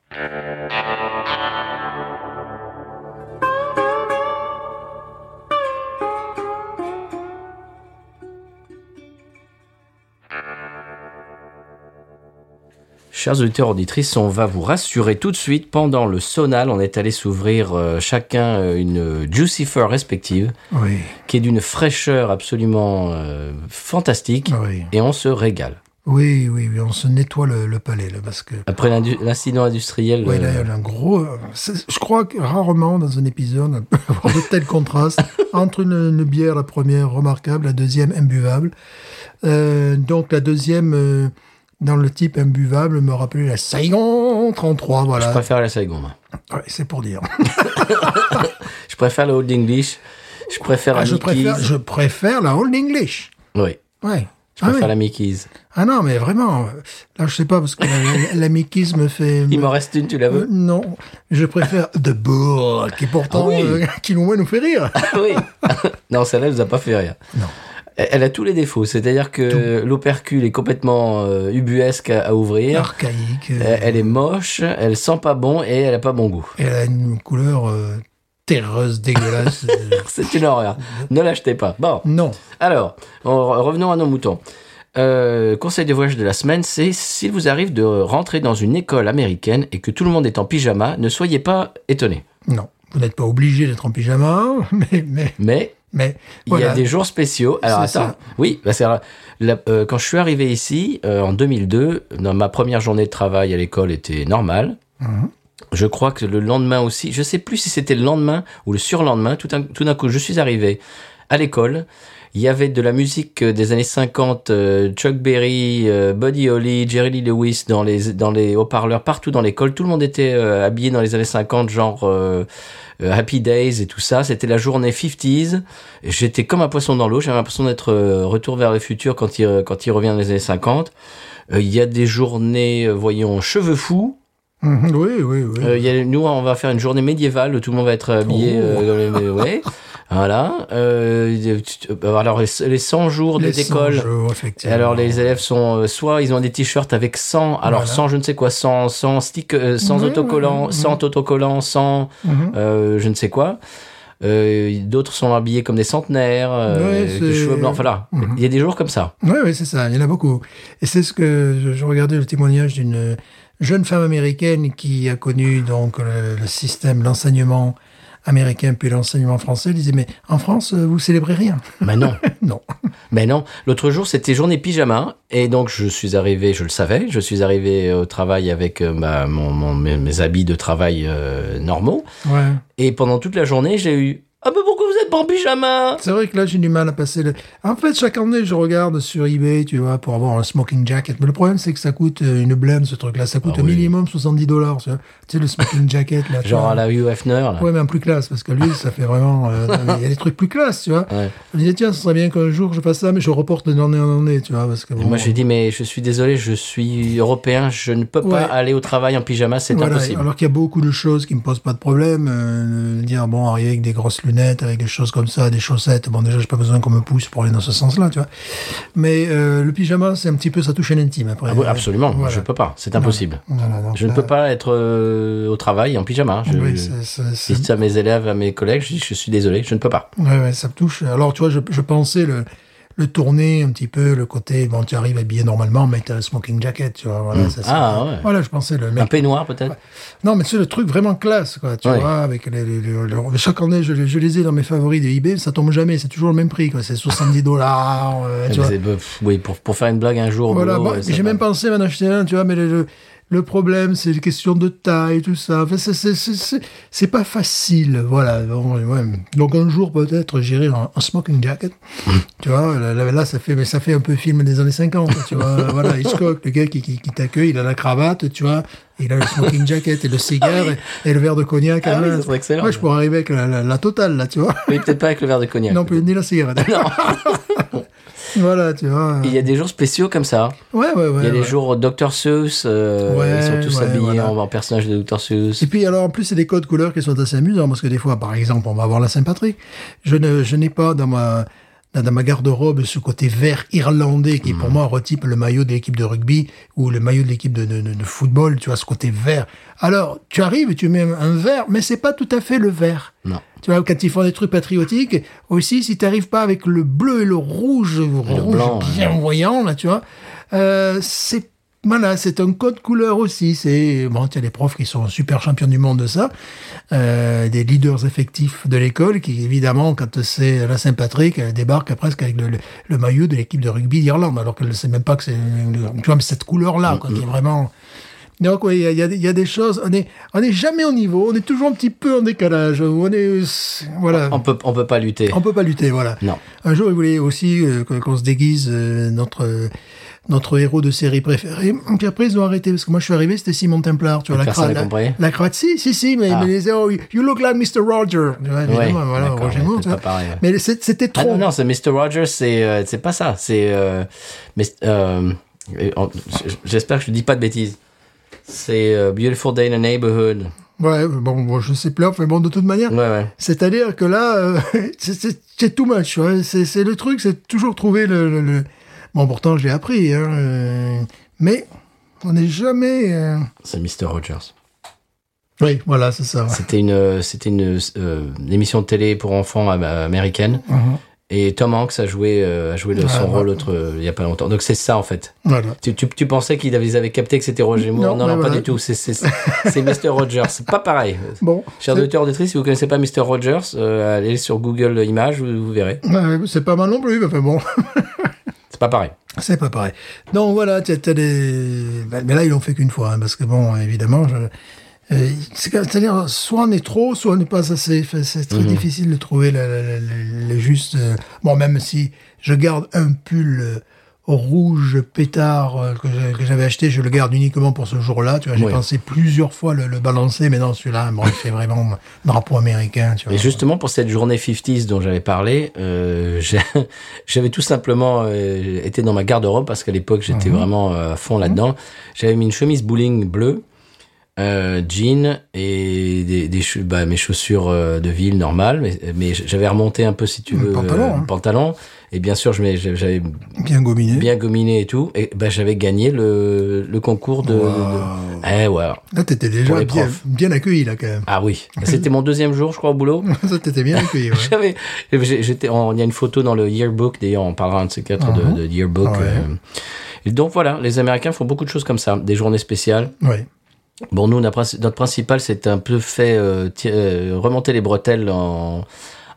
Chers auditeurs, auditrices, on va vous rassurer tout de suite. Pendant le sonal, on est allé s'ouvrir euh, chacun euh, une euh, Jucifer respective, Oui, qui est d'une fraîcheur absolument euh, fantastique, oui. et on se régale. Oui, oui, oui, on se nettoie le, le palais, là, parce que... Après l'indu- l'incident industriel, Ouais, là, euh, il y a un gros... euh, c'est- Je crois que rarement, dans un épisode, on peut avoir de tels contrastes entre une, une bière, la première, remarquable, la deuxième, imbuvable. Euh, donc, la deuxième, euh, dans le type imbuvable, me rappelait la Saigon 33, je voilà. préfère la Saigon. moi. Ouais, c'est pour dire. Je préfère le Old English. Je préfère Ah, la je, Mickey's. préfère, je préfère la Old English. Oui, Ouais. je préfère la Mickey's. Ah non, mais vraiment, euh, là je sais pas, parce que la- la- l'amicus me fait... Il m'en reste une, tu la Euh, veux non, je préfère The Bourg, qui pourtant, Ah oui. euh, qui nous, nous fait rire. Ah, Oui. non, celle-là, elle vous a pas fait rire. Non. Elle elle a tous les défauts, c'est-à-dire que l'opercule est complètement euh, ubuesque à, à ouvrir. Archaïque. euh, Elle, elle est moche, elle sent pas bon et elle a pas bon goût. et elle a une couleur euh, terreuse, dégueulasse. euh, C'est une horreur. Ne l'achetez pas. Bon, non. alors, en- revenons à nos moutons. Euh, conseil de voyage de la semaine, c'est s'il vous arrive de rentrer dans une école américaine et que tout le monde est en pyjama, ne soyez pas étonné. Non. Vous n'êtes pas obligé d'être en pyjama, mais, mais, Mais mais Il y voilà. a des jours spéciaux. Alors attends, C'est ça. oui, bah, c'est vrai. La- euh, quand je suis arrivé ici euh, en 2002, dans ma première journée de travail à l'école était normale. Mhm. Je crois que le lendemain aussi, je sais plus si c'était le lendemain ou le surlendemain. Tout, un- tout d'un coup, je suis arrivé à l'école. Il y avait de la musique euh, des années 50, euh, Chuck Berry, euh, Buddy Holly, Jerry Lee Lewis dans les dans les haut-parleurs partout dans l'école. Tout le monde était euh, habillé dans les années 50, genre euh, euh, Happy Days et tout ça. C'était la journée 50s. Et J'étais comme un poisson dans l'eau. J'avais l'impression d'être euh, retour vers le futur quand il, euh, quand il revient dans les années 50. Euh, Il y a des journées, euh, voyons, cheveux fous. Mhm, Oui, oui, oui. Euh, il y a, nous, on va faire une journée médiévale où tout le monde va être habillé. Oh. euh, dans les- ouais. Voilà. Euh, il y a- tu- tu- alors, les, les 100 jours de Les d'école. sans-jeux, Et effectivement. alors les élèves sont euh, soit ils ont des t-shirts avec 100 alors Voilà. Mmh, 100 je ne sais quoi 100 100 stick euh, 100 Ouais, autocollants ouais, ouais. 100 autocollants 100 Mhm. euh, je ne sais quoi. Euh, D'autres sont habillés comme des centenaires, euh, Ouais, avec c'est- des cheveux blancs. Voilà, Mhm. il y a des jours comme ça. Oui, oui, c'est ça, il y en a beaucoup. Et c'est ce que je, je regardais le témoignage d'une jeune femme américaine qui a connu donc le, le système, l'enseignement américain puis l'enseignement français. Elle disait, mais en France, euh, vous célébrez rien. Mais Ben non, Non. mais non. L'autre jour, c'était journée pyjama et donc je suis arrivé, je le savais, je suis arrivé au travail avec euh, bah, mon, mon- mes, mes habits de travail euh, normaux Ouais. et pendant toute la journée, j'ai eu ah bah pourquoi vous êtes pas en pyjama C'est vrai que là, j'ai du mal à passer le... En fait, chaque année, je regarde sur eBay, tu vois, pour avoir un smoking jacket. Mais le problème, c'est que ça coûte euh, une blême, ce truc-là. Ça coûte Ah au oui. minimum 70 dollars, tu vois. Tu sais, le smoking jacket, là. tu Genre vois. à la Hugh Hefner. là. Ouais, mais en plus classe, parce que lui, ça fait vraiment. euh, Il y a des trucs plus classe, tu vois. Ouais. Je me disais, tiens, ce serait bien qu'un jour je fasse ça, mais je reporte d'année en année, tu vois. Parce que, Et bon, moi j'ai dit mais je suis désolé, je suis européen, je ne peux pas Ouais. aller au travail en pyjama, c'est voilà, impossible. Alors qu'il y a beaucoup de choses qui me posent pas de problème. euh, dire, bon, arriver avec des grosses lunettes, avec des choses comme ça, des chaussettes. Bon, déjà, j'ai pas besoin qu'on me pousse pour aller dans ce sens-là, tu vois. Mais euh, le pyjama, c'est un petit peu, ça touche à l'intime après. Ah oui, Euh, absolument, voilà. je peux pas, c'est impossible. Voilà, donc Je ne là- peux pas être euh, au travail en pyjama. Je, Oui, c'est- c'est- je dis c'est- ça à mes élèves, à mes collègues, je dis je suis désolé, je ne peux pas. Ouais, ouais, ça me touche. Alors, tu vois, je, je pensais le, le tourner un petit peu, le côté, bon, tu arrives habillé normalement, mais t'as un smoking jacket, tu vois. Voilà, ça, c'est- Ah, ouais. voilà je pensais le Un mec. peignoir peut-être Non, mais c'est le truc vraiment classe, quoi, tu Ouais. vois, avec les, les- les- les- chaque année, je, les- je les ai dans mes favoris de eBay, ça tombe jamais, c'est toujours le même prix, quoi, c'est 70 dollars, euh, Ah, Eh, Mais tu vois. c'est- bah, pff, Oui, pour, pour faire une blague un jour. au Voilà, boulot, moi, ouais, ça j'ai va. même pensé m'en acheter un, tu vois, mais le, le- Le problème, c'est une question de taille, tout ça. Enfin, c'est- c'est- c'est- c'est c'est pas facile, voilà. Bon, ouais. Donc un jour peut-être j'irai en, en smoking jacket. tu vois, là, là, là, ça fait, mais ça fait un peu film des années 50. Tu vois, voilà, Hitchcock, le gars qui, qui, qui t'accueille, il a la cravate, tu vois, il a le smoking jacket et le cigare et, et le verre de cognac. Ah à la oui, main. ça serait excellent. Moi, je pourrais arriver avec la, la- la totale là, tu vois. Mais peut-être pas avec le verre de cognac. Non plus ni la cigarette. voilà, tu vois. Il y a des jours spéciaux comme ça. hein. Ouais, ouais, ouais. Il y a ouais. des jours Dr. Seuss, euh, Ouais, ils sont tous ouais, habillés voilà. en, en personnage de Dr. Seuss. Et puis alors en plus c'est des codes couleurs qui sont assez amusants parce que des fois par exemple on va voir la Saint-Patrick. Je ne je n'ai pas dans ma dans dans ma garde-robe ce côté vert irlandais qui pour moi retype le maillot de l'équipe de rugby ou le maillot de l'équipe de, de, de- de football, tu vois ce côté vert. Alors tu arrives et tu mets un vert mais c'est pas tout à fait le vert. Non. Tu vois quand ils font des trucs patriotiques aussi si t'arrives pas avec le bleu et le hein. rouge, rouge blanc, ouais. bien voyant là tu vois, euh, c'est voilà, c'est un code couleur aussi. C'est bon, il y a des profs qui sont super champions du monde de ça, euh, des leaders effectifs de l'école qui évidemment quand c'est la Saint-Patrick euh, débarquent presque avec le, le- le maillot de l'équipe de rugby d'Irlande, alors qu'elle ne sait même pas que c'est tu vois mais cette couleur là quoi, qui est vraiment. Donc oui, il y a- il y, a des- il y a des choses. On est on n'est jamais au niveau. On est toujours un petit peu en décalage. On est euh, c'est- voilà. On peut, on peut pas lutter. On peut pas lutter, voilà. Non. Un jour, il voulait aussi euh, qu'on qu'on se déguise euh, notre euh, notre héros de série préféré. Puis après, ils ont arrêté parce que moi, je suis arrivé, c'était Simon Templar, tu vois, la personne cravate. n'a compris. La, la cravate, si, si, si, mais, Ah. mais les héros, oh, you look like Mr. Roger. Tu vois, évidemment, voilà, d'accord, Roger ouais, Moore, c'est tu vois. pas pareil, ouais. Mais c'est- c'était Ah trop. non, non, c'est Mr. Rogers, c'est euh, c'est pas ça. C'est. euh, mais- euh, et on- J'espère que je dis pas de bêtises. C'est euh, Beautiful Day in the Neighborhood. Ouais, bon, bon, je sais plus, mais bon, de toute manière. Ouais, ouais. C'est-à-dire que là, euh, c'est- c'est c'est too much. ouais. C'est c'est le truc, c'est toujours trouver le, le- le- Bon, pourtant, j'ai appris. Hein, euh, mais on n'est jamais... euh, C'est Mr. Rogers. Oui, voilà, c'est ça. ouais. C'était une, euh, c'était une euh, émission de télé pour enfants am- américaine. Mhm. Et Tom Hanks a joué, euh, a joué le- son Ah, rôle autre, euh, il y a pas longtemps. Donc c'est ça en fait. Voilà. Tu, tu, tu pensais qu'ils avaient, ils avaient capté que c'était Roger Moore Non, Non, non, mais pas voilà. du tout. C'est- C'est c'est Mr. Rogers. C'est pas pareil. Bon, Chers c'est- auditeurs auditrices, si vous connaissez pas Mr. Rogers, euh, allez sur Google Images, vous, vous verrez. Ouais, c'est pas mal non plus, mais enfin bon, C'est pas pareil. c'est pas pareil. Donc voilà, t'as t'as des... ben, Mais là, ils l'ont fait qu'une fois, hein, parce que bon, évidemment, je... euh, c'est- c'est-à-dire, soit on est trop, soit on n'est pas assez. Enfin, c'est très Mhm. difficile de trouver le, le- le- le juste... euh, Bon, même si je garde un pull euh, rouge pétard euh, que j'ai- que j'avais acheté, je le garde uniquement pour ce jour-là, tu vois, j'ai Ouais. pensé plusieurs fois le, le balancer, mais non, celui-là, bon, il fait vraiment drapeau américain, tu vois. Mais justement, pour cette journée 50s dont j'avais parlé, euh, j'ai- j'avais tout simplement euh, été dans ma garde-robe parce qu'à l'époque, j'étais Mhm. vraiment euh, à fond là-dedans. J'avais mis une chemise bowling bleue, euh, jean et des, des chau- bah, mes chaussures euh, de ville normales. Mais, mais j'avais remonté un peu, si tu Le veux, pantalon, euh, le hein. pantalon. Et bien sûr, je m'ai- j'avais Bien gominé. bien gominé et tout. Et bah, j'avais gagné le, le concours de... de- Waouh. Eh ouais. Là, t'étais Pour déjà les bien, profs. bien accueilli, là, quand même. Ah oui. C'était mon deuxième jour, je crois, au boulot. Ça, t'étais bien accueilli, ouais. J'avais, j'ai- j'étais, on- il y a une photo dans le yearbook. D'ailleurs, on parlera un de ces quatre de- de, yearbook. Ouais. euh. Et donc voilà, les Américains font beaucoup de choses comme ça, des journées spéciales. Ouais. Bon, nous, notre, princi- notre principal, c'est un peu fait euh, ti- euh, remonter les bretelles en,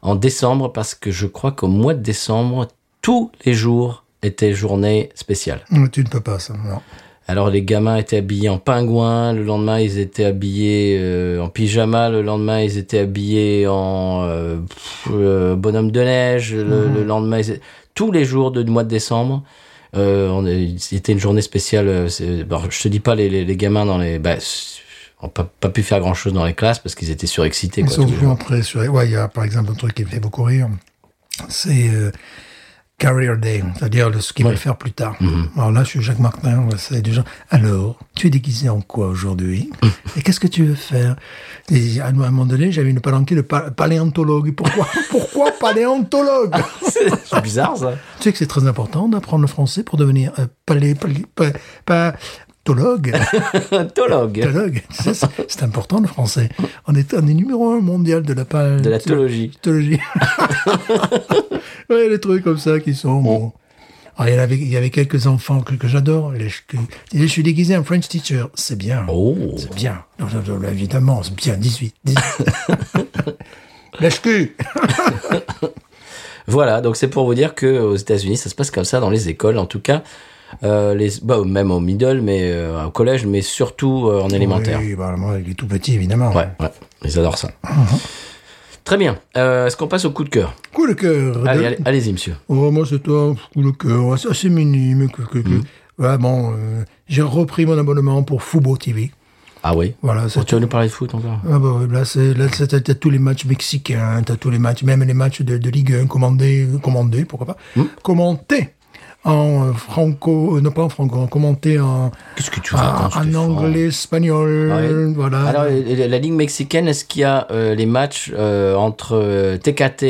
en décembre parce que je crois qu'au mois de décembre, tous les jours étaient journées spéciales. Non, Tu ne peux pas, ça. Non. Alors les gamins étaient habillés en pingouin, le lendemain ils étaient habillés euh, en pyjama, le lendemain ils étaient habillés en euh, pff, euh, bonhomme de neige, le, Mhm. le lendemain ils étaient- tous les jours de- du mois de décembre. euh, on est- c'était une journée spéciale. euh, c'est- bon, je te dis pas les, les- les gamins dans les, bah, s- ont pas, pas pu faire grand chose dans les classes parce qu'ils étaient surexcités. Ils Quoi, sont tous les jours. vraiment prêts sur... Ouais, il y a, par exemple, un truc qui me fait beaucoup rire. C'est euh, Career Day, c'est-à-dire le- ce qu'ils Ouais. Mhm. veulent faire plus tard. Alors là, je suis Jacques Martin, ouais, c'est du genre... Alors, tu es déguisé en quoi aujourd'hui Et qu'est-ce que tu veux faire Et à un moment donné, j'avais une palanquée de pa- paléontologue. Pourquoi, pourquoi paléontologue c'est bizarre ça. Tu sais que c'est très important d'apprendre le français pour devenir euh, palé, palé, pa- patologue. Paléontologue Pathologue. Tu sais, c'est- c'est important le français. On est, on est numéro un mondial de la pa- de la théologie. pathologie. ouais, les trucs comme ça qui sont. bon. Ah, il, y en avait, il y avait quelques enfants que, que j'adore. Les- que- Je suis déguisé en French teacher. C'est bien. Oh. C'est bien. Non, non, non, évidemment, c'est bien. 18. 18. Lèche-cul. Voilà, donc c'est pour vous dire que aux États-Unis, ça se passe comme ça dans les écoles. En tout cas, euh, les, bah, même au middle, mais euh, au collège, mais surtout euh, en élémentaire. Oui, bah, moi, il est tout petit, évidemment. Ouais, ouais, ils adorent ça. Mhm. Très bien. Euh, Est-ce qu'on passe au coup de cœur Coup de cœur. Allez, de- allez- allez-y, monsieur. Oh, moi, c'est un coup de cœur. C'est assez minime. Que, que- que- Mm. Voilà, bon, euh, j'ai repris mon abonnement pour Fubo TV. Ah oui Voilà, Oh, c'est Tu veux nous parler de foot encore Ah bah ouais, là, c'est, là, c'est- t'as, t'as tous les matchs mexicains, t'as tous les matchs, même les matchs de, de Ligue 1 commandés, commandés, pourquoi pas, Mm. commentés en euh, franco, euh, non pas en franco, en commenté en, Qu'est-ce que tu en, racontes Ah, en Stéphane anglais, espagnol, Ah oui. voilà. Alors, euh, la Ligue mexicaine, est-ce qu'il y a euh, les matchs euh, entre euh, TKT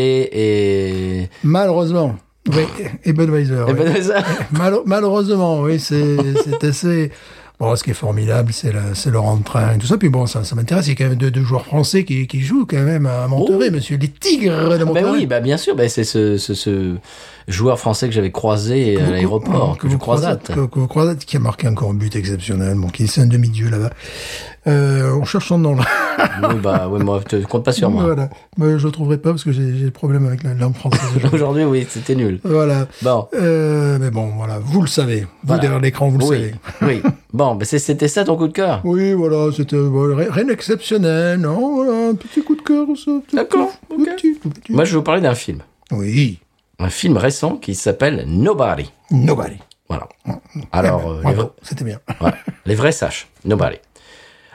et... Malheureusement. Oui, et Budweiser. Eh Ah oui. ben, ça- Mal- malheureusement, oui, c'est c'est assez. Bon, ce qui est formidable, c'est le, c'est le rentrain et tout ça. Puis bon, ça, ça m'intéresse. Il y a quand même deux, deux joueurs français qui, qui jouent quand même à Monterrey, monsieur. Les Tigres de Monterrey. Oh. Ben oui, bah bien sûr, bah c'est ce, ce, ce joueur français que j'avais croisé euh, à l'aéroport, que, je croisate. Que, que vous croisate, qui a marqué encore un but exceptionnel. Bon, qui c'est un demi-dieu là-bas. Euh, on cherche son nom là. Oui, bah oui, moi, te compte pas sur moi. voilà. Mais je le trouverai pas parce que j'ai j'ai des problèmes avec la langue française. aujourd'hui. Aujourd'hui, oui, c'était nul. voilà. Bon. Euh, mais bon, voilà. Vous le savez. Vous Voilà. derrière l'écran, vous le oui, savez. oui. Bon, bah, c'est- c'était ça ton coup de cœur Oui, voilà, c'était bon, rien rien d'exceptionnel, non, voilà, un petit coup de cœur, ça. tout- D'accord, tout ok. petit, tout petit. Moi, je vais vous parler d'un film. Oui, Un film récent qui s'appelle Nobody. nobody. Voilà. Alors, Eh ben, euh, les, bravo, vra- c'était bien. voilà. les vrais sages, Nobody.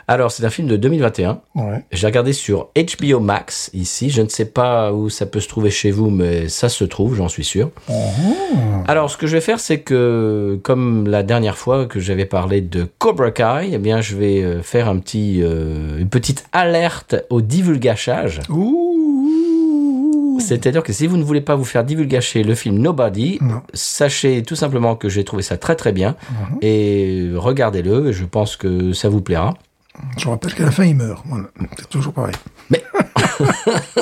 Alors, c'est un film de 2021. Ouais. J'ai regardé sur HBO Max ici. Je ne sais pas où ça peut se trouver chez vous, mais ça se trouve, j'en suis sûr. Oh. Alors, ce que je vais faire, c'est que, comme la dernière fois que j'avais parlé de Cobra Kai, eh bien, je vais euh, faire un petit, euh, une petite alerte au divulgachage. Ouh. C'est-à-dire que si vous ne voulez pas vous faire divulgacher le film Nobody, Non. Mhm. sachez tout simplement que j'ai trouvé ça très très bien et regardez-le. Je pense que ça vous plaira. Je rappelle qu'à la fin, il meurt. Voilà. C'est toujours pareil.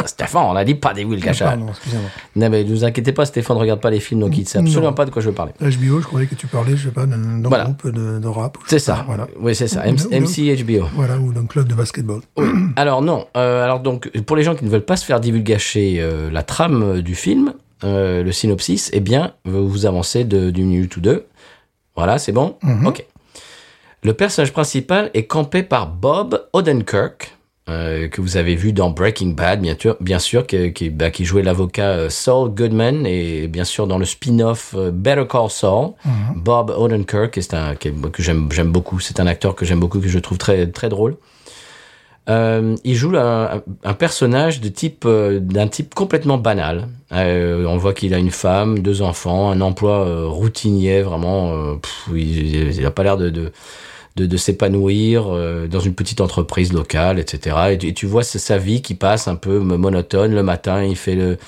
Stéphane, on n'a dit pas divulgachage. Ah, Pardon, excusez-moi. Non, mais ne vous inquiétez pas, Stéphane ne regarde pas les films, donc il ne sait absolument Non. pas de quoi je veux parler. HBO, je croyais que tu parlais, je sais pas, d'un d'un Voilà. groupe de, de rap. ou je C'est sais pas, ça. Voilà. Oui, c'est ça. M- Non, non. MC HBO. Voilà, ou d'un club de basketball. Alors, non. Euh, alors, donc, pour les gens qui ne veulent pas se faire divulgacher euh, la trame euh, du film, euh, le synopsis, eh bien, vous vous avancez de- d'une minute ou deux. Voilà, c'est bon Mhm. Ok. Le personnage principal est campé par Bob Odenkirk, euh, que vous avez vu dans Breaking Bad, bien sûr, bien sûr qui, qui- bah, qui jouait l'avocat euh, Saul Goodman, et bien sûr dans le spin-off euh, Better Call Saul. Bob Odenkirk, et c'est un, qui est- que j'aime j'aime beaucoup, c'est un acteur que j'aime beaucoup, que je trouve très, très drôle. Euh, il joue un, un personnage de type euh, d'un type complètement banal. Euh, on voit qu'il a une femme, deux enfants, un emploi euh, routinier vraiment. euh, pff, il, il a pas l'air de de, de, de s'épanouir euh, dans une petite entreprise locale, etc. Et tu, et tu vois sa- sa vie qui passe un peu monotone. Le matin, il fait le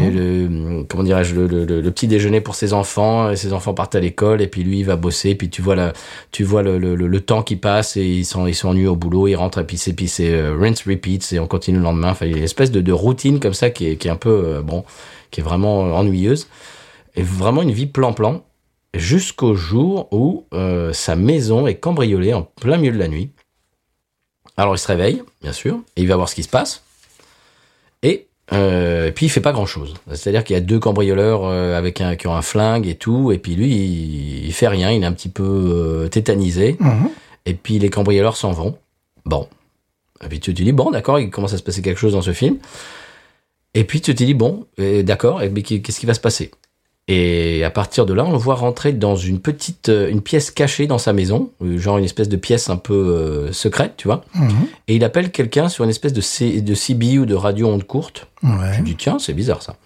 et le comment dirais-je le, le- le- le petit déjeuner pour ses enfants. Et ses enfants partent à l'école et puis lui il va bosser. Et puis tu vois la, tu vois le, le, le- le temps qui passe et ils sont ils s'ennuient au boulot, ils rentrent et puis c'est puis c'est euh, rinse repeat et on continue le lendemain. Enfin, il y a une espèce de, de routine comme ça qui est, qui est un peu euh, bon, qui est vraiment euh, ennuyeuse et vraiment une vie plan-plan jusqu'au jour où euh, sa maison est cambriolée en plein milieu de la nuit. Alors il se réveille, bien sûr, et il va voir ce qui se passe. Et euh, puis il fait pas grand chose. C'est-à-dire qu'il y a deux cambrioleurs euh, avec un, qui ont un flingue et tout, et puis lui il, il fait rien, il est un petit peu euh, tétanisé. Mhm. Et puis les cambrioleurs s'en vont. Bon. Et puis tu te dis, bon, d'accord, il commence à se passer quelque chose dans ce film. Et puis tu te dis, bon, euh, d'accord, et mais qu'est- qu'est-ce qui va se passer Et à partir de là, on le voit rentrer dans une petite euh, une pièce cachée dans sa maison, euh, genre une espèce de pièce un peu euh, secrète, tu vois. Mhm. Et il appelle quelqu'un sur une espèce de, C- de CB ou de radio onde courte. Je Ouais. me dis, tiens, c'est bizarre ça.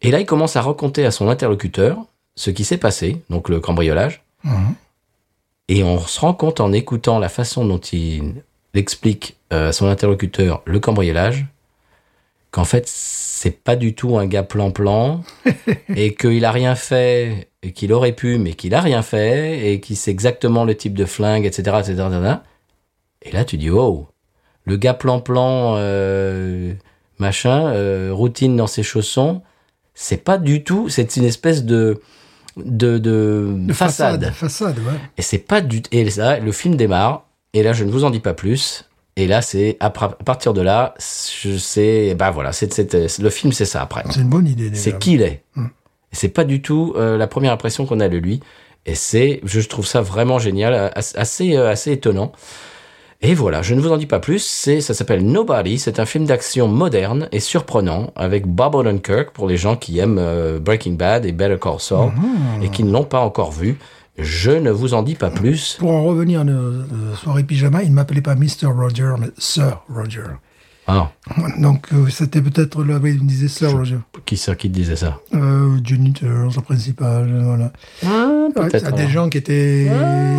Et là, il commence à raconter à son interlocuteur ce qui s'est passé, donc le cambriolage. Mhm. Et on se rend compte en écoutant la façon dont il explique euh, à son interlocuteur le cambriolage, qu'en fait, c'est pas du tout un gars plan-plan, et qu'il a rien fait, et qu'il aurait pu, mais qu'il a rien fait, et qu'il sait exactement le type de flingue, etc., etc., etc. Et là, tu dis, oh, le gars plan-plan, euh, machin, euh, routine dans ses chaussons, c'est pas du tout, c'est une espèce de, de, de, De façade. Façade, ouais. Et c'est pas du et là le film démarre et là je ne vous en dis pas plus et là c'est à pra- à partir de là je sais bah voilà c'est c'est- le film c'est ça après. C'est une bonne idée, déjà. C'est qui il est. C'est pas du tout euh, la première impression qu'on a de lui Et c'est, je trouve ça vraiment génial, as- assez, euh, assez étonnant. Et voilà, je ne vous en dis pas plus, c'est, ça s'appelle Nobody, c'est un film d'action moderne et surprenant avec Bob Odenkirk pour les gens qui aiment euh, Breaking Bad et Better Call Saul et qui ne l'ont pas encore vu. Je ne vous en dis pas plus. Pour en revenir à nos soirées pyjama, il ne m'appelait pas Mr. Roger, mais Sir Roger. Ah, Donc, euh, c'était peut-être là, oui, il me disait Sir Roger. qui ça qui disait ça Euh, janitor, le principal, euh, voilà. Ouais, Ah, peut-être, Ah, il y a des ouais. gens qui étaient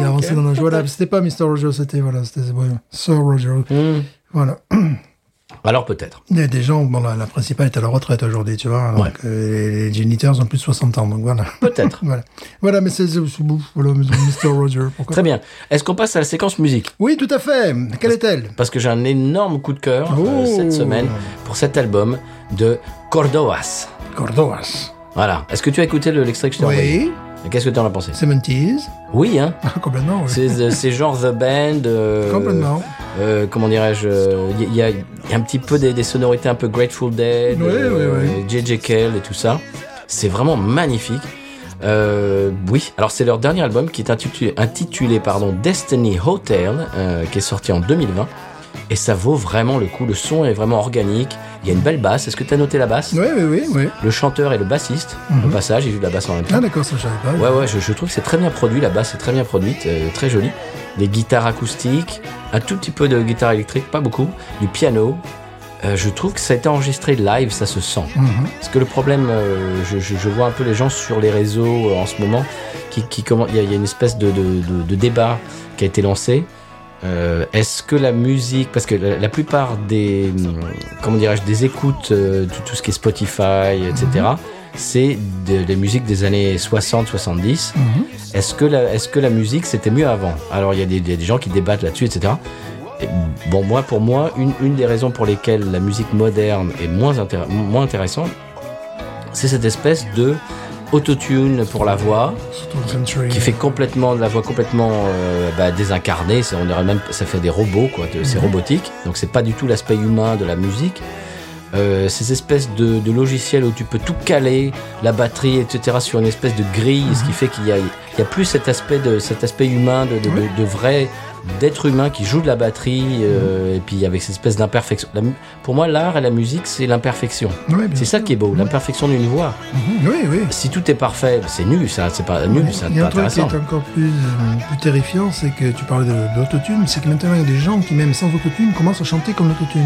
avancés dans le jeu. Voilà, c'était pas Mr. Roger, c'était, voilà, c'était ouais, Sir Roger. Hmm. Voilà. Alors peut-être. Il y a des gens, bon, la, la principale est à la retraite aujourd'hui, tu vois. Donc, Ouais. euh, les, les janitors ont plus de 60 ans, donc voilà. Peut-être. voilà. Voilà, mais c'est, c'est- c'est- voilà, Mr. Roger. Pourquoi Très bien. Est-ce qu'on passe à la séquence musique Oui, tout à fait. Quelle est-elle Parce que j'ai un énorme coup de cœur euh, Oh. cette semaine pour cet album de Cordovas. Cordovas. Voilà. Est-ce que tu as écouté le- l'extrait que je t'ai envoyé Oui. Et Qu'est-ce que tu en as pensé Seventies. Oui, hein Complètement, oui. C'est euh, c'est genre The Band. euh, Complètement. euh, comment dirais-je euh, Il y, a- il y a un petit peu des, des sonorités un peu Grateful Dead, euh, Ouais, ouais, J.J. Cale et tout ça. C'est vraiment magnifique. Euh, oui, alors c'est leur dernier album qui est intitulé, intitulé pardon, Destiny Hotel, euh, qui est sorti en 2020. Et ça vaut vraiment le coup. Le son est vraiment organique. Il y a une belle basse. Est-ce que tu as noté la basse Oui, oui, oui, oui. Le chanteur et le bassiste. Mhm. Au passage, j'ai vu la basse en même temps. Ah, d'accord, ça, je savais pas. Ouais, ouais, je, je trouve que c'est très bien produit, la basse est très bien produite, euh, très jolie. Des guitares acoustiques, un tout petit peu de guitare électrique, pas beaucoup, du piano. Euh, je trouve que ça a été enregistré live, ça se sent. Mhm. Parce que le problème, euh, je, je- je vois un peu les gens sur les réseaux euh, en ce moment, qui, qui comment- il y, a- il y a une espèce de, de- de- de débat qui a été lancé. Euh, Est-ce que la musique, parce que la, la plupart des, hum, comment dirais-je, des écoutes, euh, de tout ce qui est Spotify, etc., c'est de- des musiques des années 60, 70. Mhm. Est-ce que, la- est-ce que la musique c'était mieux avant Alors il y, a des- des- des gens qui débattent là-dessus, etc. Et bon, moi, pour moi, une, une des raisons pour lesquelles la musique moderne est moins, intér- moins intéressante, c'est cette espèce de autotune pour la voix Surtout le country. qui fait complètement de la voix complètement euh, bah, désincarnée. C'est- on dirait même ça fait des robots quoi. de- Mhm. C'est robotique. Donc c'est pas du tout l'aspect humain de la musique. Euh, ces espèces de, de logiciels où tu peux tout caler, la batterie, etc., sur une espèce de grille, ce Mhm. qui fait qu'il y a, il y a plus cet aspect de cet aspect humain de, de, de- de vrai d'être humain qui joue de la batterie euh, Mhm. et puis avec cette espèce d'imperfection. La mu- Pour moi, l'art et la musique, c'est l'imperfection. euh. Ouais, bien C'est ça sûr. qui est beau, l'imperfection d'une voix. Mhm. Oui, oui. Si tout est parfait, c'est nul, ça, c'est pas nul, ça, Il y c'est a pas un truc qui intéressant. est encore plus, euh, plus terrifiant, c'est que tu parlais de- d'autotune, c'est que maintenant il y a des gens qui, même sans autotune, commencent à chanter comme l'autotune.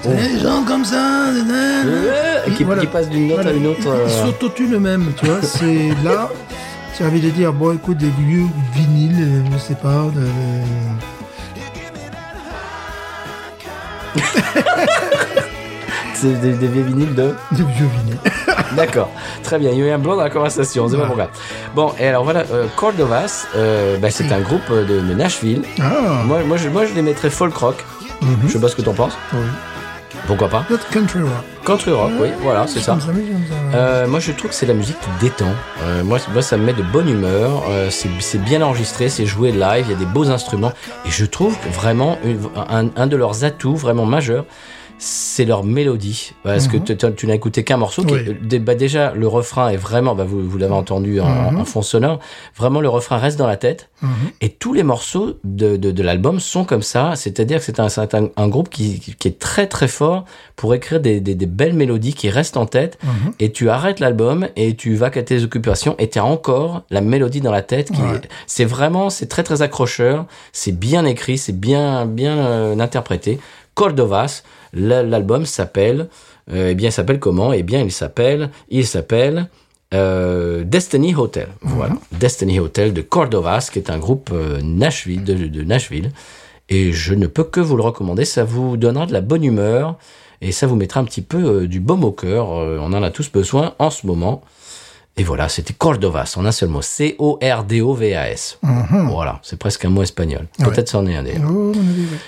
C'est Des gens comme ça, da, da, da. Oh. Euh, qui, Voilà. qui passe d'une note Voilà. à une autre. Ils euh, s'autotunent eux-mêmes, tu vois. C'est là, j'ai envie de dire, bon, écoute, des vieux vinyles, euh, je sais pas, de- euh, de- C'est des, des vieux vinyles de. des vieux vinyles. D'accord. Très bien. Il y a eu un blanc dans la conversation. C'est pas pourquoi. Bon, et alors voilà, euh, Cordovas, euh, bah, c'est un groupe de, de Nashville. Ah, Mm-hmm. Moi, moi, je, moi, je les mettrais folk rock. Je sais pas ce que t'en penses. oui. Pourquoi pas Notre country rock. Country rock, Ah, oui. Voilà, c'est ça. J'aime mais j'aime ça. Euh, moi, je trouve que c'est la musique qui détend. Euh, moi, moi, ça me met de bonne humeur. Euh, c'est c'est bien enregistré, c'est joué live. Il y a des beaux instruments. Et je trouve que vraiment une- un, un de leurs atouts vraiment majeurs, c'est leur mélodie. Parce que tu- tu- tu n'as écouté qu'un morceau. Qui, Oui. euh, dé- bah, déjà, le refrain est vraiment. Bah, vous vous l'avez entendu en, en fond sonore. Vraiment, le refrain reste dans la tête. Mm-hmm. Et tous les morceaux de, de, de l'album sont comme ça, c'est-à-dire que c'est un, c'est un, un groupe qui, qui- qui est très très fort pour écrire des, des, des belles mélodies qui restent en tête, et tu arrêtes l'album et tu vas qu'à tes occupations et t'as encore la mélodie dans la tête. qui Ouais. C'est vraiment, c'est très très accrocheur, c'est bien écrit, c'est bien bien euh, interprété. Cordovas, la- l'album s'appelle, euh, eh bien il s'appelle comment Eh bien il s'appelle, il s'appelle... Euh, Destiny Hotel, voilà. Destiny Hotel de Cordovas, qui est un groupe euh, Nashville, de, de Nashville. Et je ne peux que vous le recommander, ça vous donnera de la bonne humeur et ça vous mettra un petit peu euh, du baume au cœur. Euh, on en a tous besoin en ce moment. Et voilà, c'était Cordovas, en un seul mot. C-O-R-D-O-V-A-S. Voilà, c'est presque un mot espagnol. Peut-être c'en est un d'ailleurs. Oh, mon avis, oui.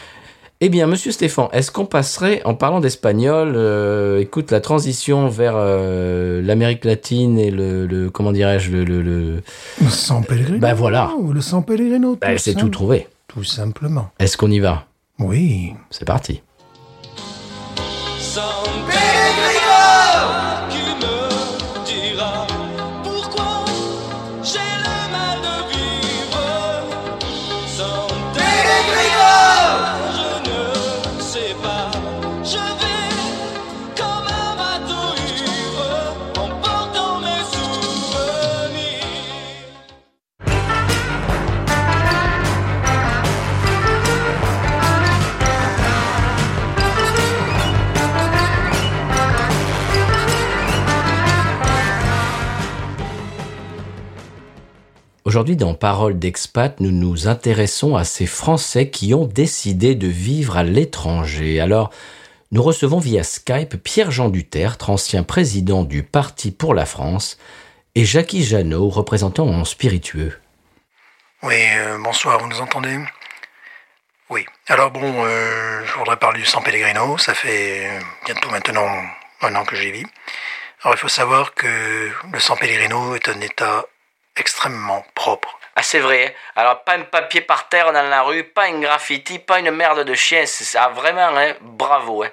Eh bien, monsieur Stéphane, est-ce qu'on passerait, en parlant d'espagnol, euh, écoute, la transition vers euh, l'Amérique latine et le, le- comment dirais-je, le, le- le- Le sang pellegrino. Ben voilà. Oh, Le sang pellegrino. Ben, c'est tout simple. trouvé. Tout simplement. Est-ce qu'on y va Oui. C'est parti. Sans Pellegrino Qui me dira pourquoi j'ai le mal de Aujourd'hui, dans Parole d'expat, nous nous intéressons à ces Français qui ont décidé de vivre à l'étranger. Alors, nous recevons via Skype Pierre-Jean Duterte, ancien président du Parti pour la France, et Jackie Janot, représentant en spiritueux. Oui, euh, bonsoir, vous nous entendez Oui. Alors bon, euh, je voudrais parler du San Pellegrino, ça fait euh, bientôt maintenant un an que j'y vis. Alors il faut savoir que le San Pellegrino est un état extrêmement propre. Ah, c'est vrai. Alors, pas un papier par terre dans la rue, pas un graffiti, pas une merde de chien. C'est ça, vraiment, hein, bravo. Hein.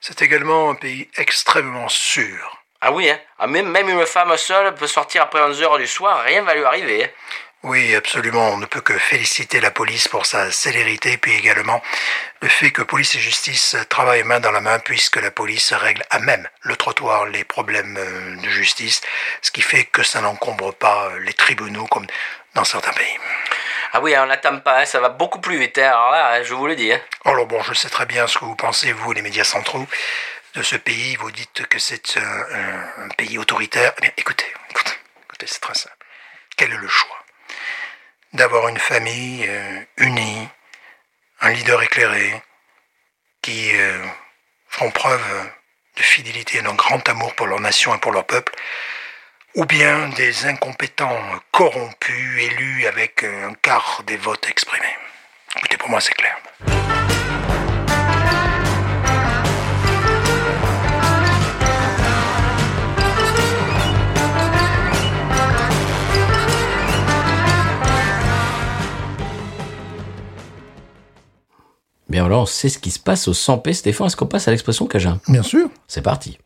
C'est également un pays extrêmement sûr. Ah oui, hein. Ah, même, même une femme seule peut sortir après 11h du soir, rien va lui arriver. hein. Oui, absolument, on ne peut que féliciter la police pour sa célérité, puis également le fait que police et justice travaillent main dans la main, puisque la police règle à même le trottoir les problèmes euh, de justice, ce qui fait que ça n'encombre pas euh, les tribunaux comme dans certains pays. Ah oui, hein, on n'attend pas, hein, ça va beaucoup plus vite. hein. Alors là, hein, je vous le dis. hein. Alors bon, je sais très bien ce que vous pensez, vous, les médias centraux, de ce pays. Vous dites que c'est un, un- un pays autoritaire. Eh bien, écoutez, écoutez, écoutez, c'est très simple. Quel est le choix D'avoir une famille euh, unie, un leader éclairé, qui euh, font preuve de fidélité et d'un grand amour pour leur nation et pour leur peuple, ou bien des incompétents corrompus élus avec euh, un quart des votes exprimés. Écoutez, pour moi, c'est clair. Bien alors, on sait ce qui se passe au 100p. Stéphane, est-ce qu'on passe à l'expression Cajun Bien sûr. C'est parti.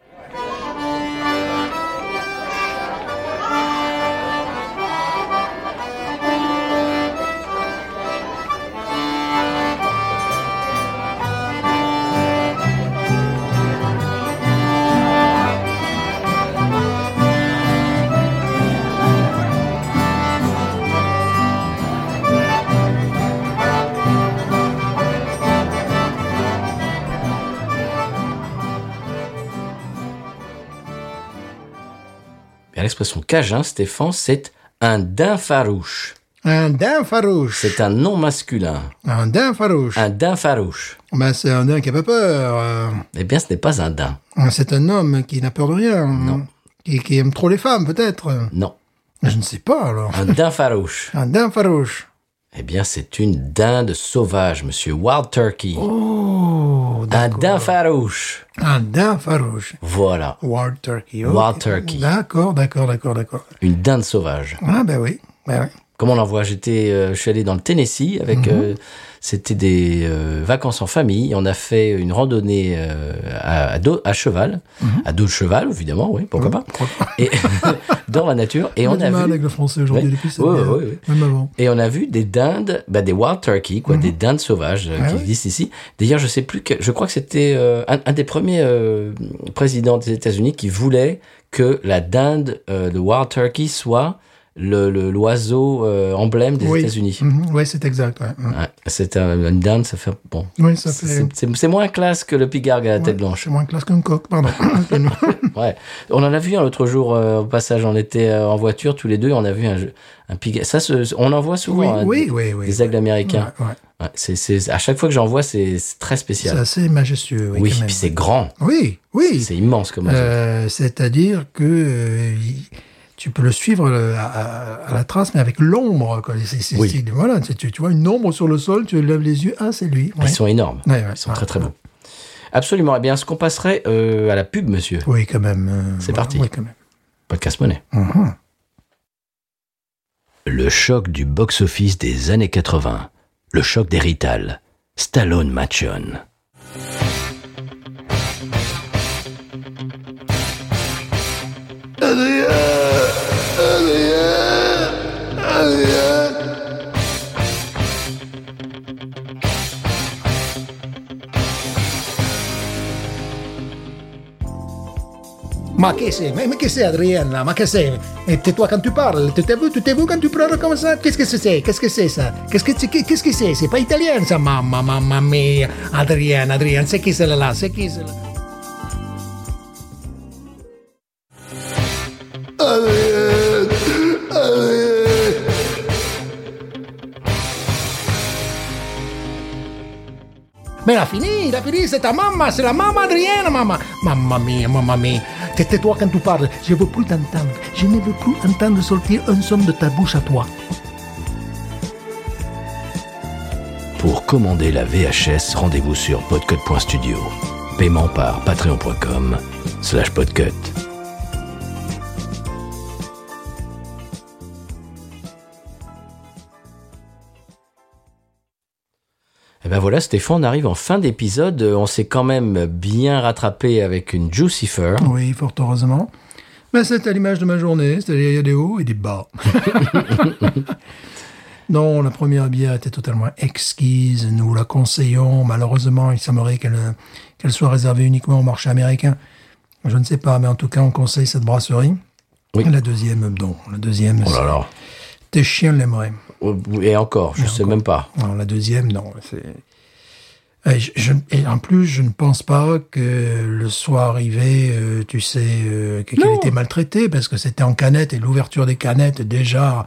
Bien, L'expression Cajun, Stéphane, c'est un daim farouche. Un daim farouche. C'est un nom masculin. Un daim farouche. Un daim farouche. Ben, c'est un daim qui a pas peur. euh. Eh bien, ce n'est pas un daim. C'est un homme qui n'a peur de rien. Qui, qui aime trop les femmes, peut-être. Non. Je ne sais pas, alors. Un daim farouche. Un daim farouche. Eh bien, c'est une dinde sauvage, monsieur. Wild turkey. Oh, un d'accord. daim farouche. Un daim farouche. Voilà. Wild turkey. ok. Wild turkey. D'accord, d'accord, d'accord, d'accord. Une dinde sauvage. Ah, ben oui. Ben oui. Comme on en voit, j'étais, euh, je suis allé dans le Tennessee avec, euh, c'était des euh, vacances en famille. On a fait une randonnée euh, à, à dos- à cheval, à dos de cheval évidemment, oui, Mhm. pourquoi pas, et dans la nature. Et on du a mal vu, avec le français aujourd'hui, Ouais. depuis cette Ouais, guerre. ouais, ouais. Même avant. Et on a vu des dindes, bah des wild turkey, quoi, des dindes sauvages euh, Ah qui ouais. existent ici. D'ailleurs, je sais plus que, je crois que c'était euh, un, un des premiers euh, présidents des États-Unis qui voulait que la dinde, euh, le wild turkey, soit le le- l'oiseau euh, emblème des oui. États-Unis. Mhm, ouais, c'est exact. ouais. Mhm. Ouais, c'est un- une dinde, ça fait bon. Oui, ça C'est- fait. C'est c'est moins classe que le pigargue à la ouais, tête blanche. C'est moins classe qu'un coq, pardon. Ouais. On en a vu un l'autre jour euh, au passage. On était euh, en voiture tous les deux. On a vu un, jeu- un pigargue. Ça, se- on en voit oui, souvent. hein, oui, des- oui, oui. Des aigles américains. Ouais, ouais. Ouais, c'est, c'est- à chaque fois que j'en vois, c'est, c'est très C'est spécial. assez majestueux. Oui, oui, quand même. puis c'est grand. Oui, oui. C'est immense comme oiseau. Euh, C'est-à-dire que euh, il- tu peux le suivre euh, à, à- à la trace, mais avec l'ombre. quoi. C'est- c'est- Oui. c'est- Voilà, tu, tu- tu vois une ombre sur le sol, tu lèves les yeux, ah, c'est lui. Ils Ouais. sont énormes. Ouais, ouais, Ils sont ouais. très très beaux. Absolument. Eh bien, ce qu'on passerait euh, à la pub, monsieur. Oui, quand même. euh, C'est voilà, parti. Oui, quand même. Podcast Monnaie. Mhm. Le choc du box-office des années 80. Le choc des Rital. Stallone Machon. Ma che sei? Ma, ma che sei Adrienne? Ma che sei? E te- toi quand tu parles, tu t'es vu, tu t'es vu quand tu parles comme ça? Qu'est-ce que c'est? Qu'est-ce que c'est ça? Qu'est-ce que c'est? Qu'est-ce que c'est? C'est pas italien ça, mamma, mamma mia. Adrienne, Adrienne, c'est qui celle-là? C'est qui celle-là? Mais il a fini, il a fini, c'est ta maman, c'est la maman Adrienne, maman. Maman mia, maman mia. C'était toi quand tu parles. Je veux plus t'entendre. Je ne veux plus entendre sortir un son de ta bouche à toi. Pour commander la VHS, rendez-vous sur podcut.studio. Paiement par patreon.com slash podcut. Et ben voilà, Stéphane, on arrive en fin d'épisode. Euh, On s'est quand même bien rattrapé avec une Jucifer. Oui, fort heureusement. Mais c'est à l'image de ma journée, c'est-à-dire il y a des hauts et des bas. non, la première bière était totalement exquise, nous la conseillons. Malheureusement, il semblerait qu'elle euh, qu'elle soit réservée uniquement au marché américain. Je ne sais pas, mais en tout cas, on conseille cette brasserie. Oui. La deuxième, non. La deuxième, Oh là là. c'est- tes chiens l'aimeraient. Euh, Et encore, je sais même pas. Non, la deuxième, non. c'est- Et, je- je- et en plus, je ne pense pas que le soit arrivé, euh, tu sais, euh, que- qu'elle était maltraitée, parce que c'était en canette, et l'ouverture des canettes, déjà,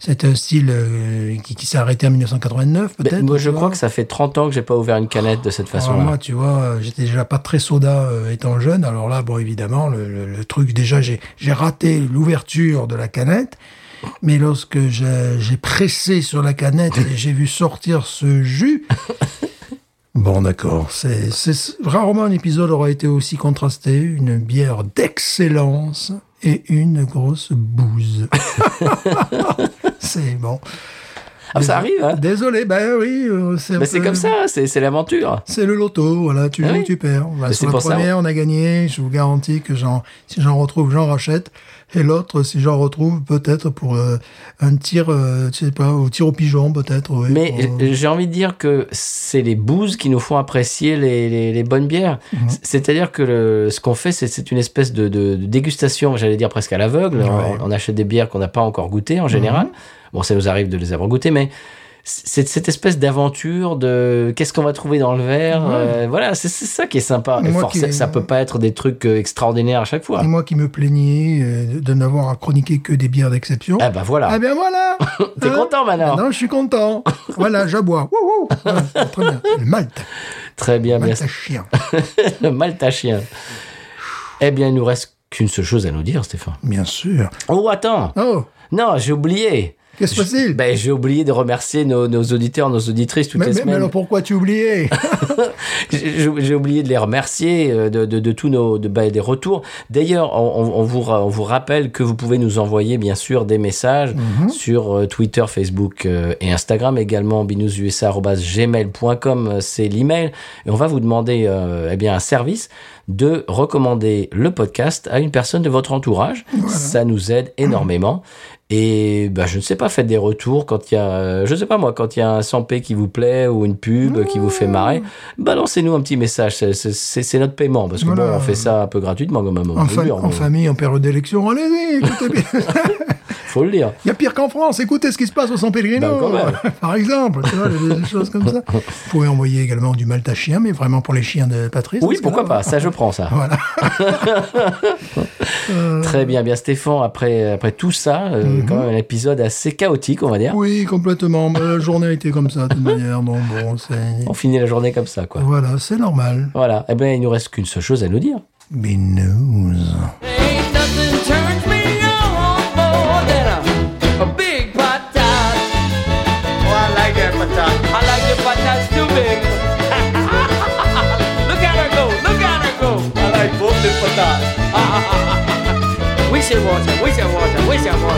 c'est un style euh, qui, qui s'est arrêté en 1989, Ben, peut-être. moi, tu je vois. crois que ça fait 30 ans que j'ai pas ouvert une canette de cette Alors, moi, façon-là. tu vois, euh, j'étais déjà pas très soda euh, étant jeune. Alors là, bon, évidemment, le, le- le truc, déjà, j'ai j'ai raté l'ouverture de la canette. Mais lorsque j'ai j'ai pressé sur la canette et j'ai vu sortir ce jus. Bon, d'accord. c'est c'est- Rarement un épisode aura été aussi contrasté. Une bière d'excellence et une grosse bouse. c'est bon. Ah, ça arrive, hein Désolé, ben oui. euh, un Mais c'est peu- comme ça, hein, c'est c'est l'aventure. c'est le loto, voilà, tu Ah joues, oui. tu perds. Voilà, Mais c'est sur la pour ça- première, on a gagné, je vous garantis que j'en, si j'en retrouve, j'en rachète. Et l'autre, si j'en retrouve, peut-être pour euh, un tir, euh, je sais pas, au tir au pigeon, peut-être. oui, Mais pour, euh, euh, j'ai envie de dire que c'est les bouses qui nous font apprécier les, les- les bonnes bières. Mhm. C- C'est-à-dire que le- ce qu'on fait, c'est- c'est une espèce de, de- de dégustation, j'allais dire presque à l'aveugle. Ouais. Mhm. On, on achète des bières qu'on n'a pas encore goûtées en général. Bon, ça nous arrive de les avoir goûtées, mais c'est cette espèce d'aventure de qu'est-ce qu'on va trouver dans le verre. euh, voilà, c'est c'est ça qui est sympa. Et Moi forcé- qui- Ah, ça peut pas être des trucs euh, extraordinaires à chaque fois. et moi qui me plaignais euh, de n'avoir à chroniquer que des bières d'exception. Ah bah voilà. Eh bien voilà Hein T'es content maintenant ah, Non, je suis content. Voilà, j'aboie. Wouhou Voilà, très bien. Le Malte. Très bien, bien. Malte à chien. Maltachien. Eh bien, il nous reste qu'une seule chose à nous dire, Stéphane. Bien sûr. Oh, attends Oh, Non, j'ai oublié qu'est-ce que Je- c'est ben, J'ai oublié de remercier nos, nos auditeurs, nos auditrices toutes mais, les mais- mais semaines. alors pourquoi tu oubliais J'ai j'ai oublié de les remercier euh, de, de- de tous nos de- ben, des retours. D'ailleurs, on, on- on vous, ra- on vous rappelle que vous pouvez nous envoyer, bien sûr, des messages sur euh, Twitter, Facebook euh, et Instagram, également binoususa.gmail.com, euh, c'est l'email. Et on va vous demander euh, eh bien, un service de recommander le podcast à une personne de votre entourage. Ça nous aide énormément. Et ben, je ne sais pas, faites des retours quand il y a, euh, je sais pas moi, quand il y a un 100p qui vous plaît ou une pub qui vous fait marrer, balancez-nous un petit message. C'est- c'est- C'est c'est notre paiement parce que Voilà. bon, on fait ça un peu gratuitement quand même. on en, peut le fa- dire, en mais famille, en période d'élection, allez-y, écoutez bien. Faut le dire. Il y a pire qu'en France. Écoutez ce qui se passe au San Ben, Pellegrino, quand même. par exemple. Tu vois, des, des choses comme ça. Vous pouvez envoyer également du Malta chien, mais vraiment pour les chiens de Patrice. Oui, parce que pourquoi là, pas. Ça, je prends ça. Voilà. Très bien, bien Stéphane. Après, après tout ça, euh, quand même un épisode assez chaotique, on va dire. Oui, complètement. Mais la journée a été comme ça, de toute manière. Non, bon, c'est. On finit la journée comme ça, quoi. Voilà, c'est normal. Voilà. Eh bien, il nous reste qu'une seule chose à nous dire. Mais news. Ain't nothing turns me on more than a, a big patat. Oh, I like that patat. I like the patats too big. look at her go, look at her go. I like both the patats. we should watch her, we should watch her, we should watch her.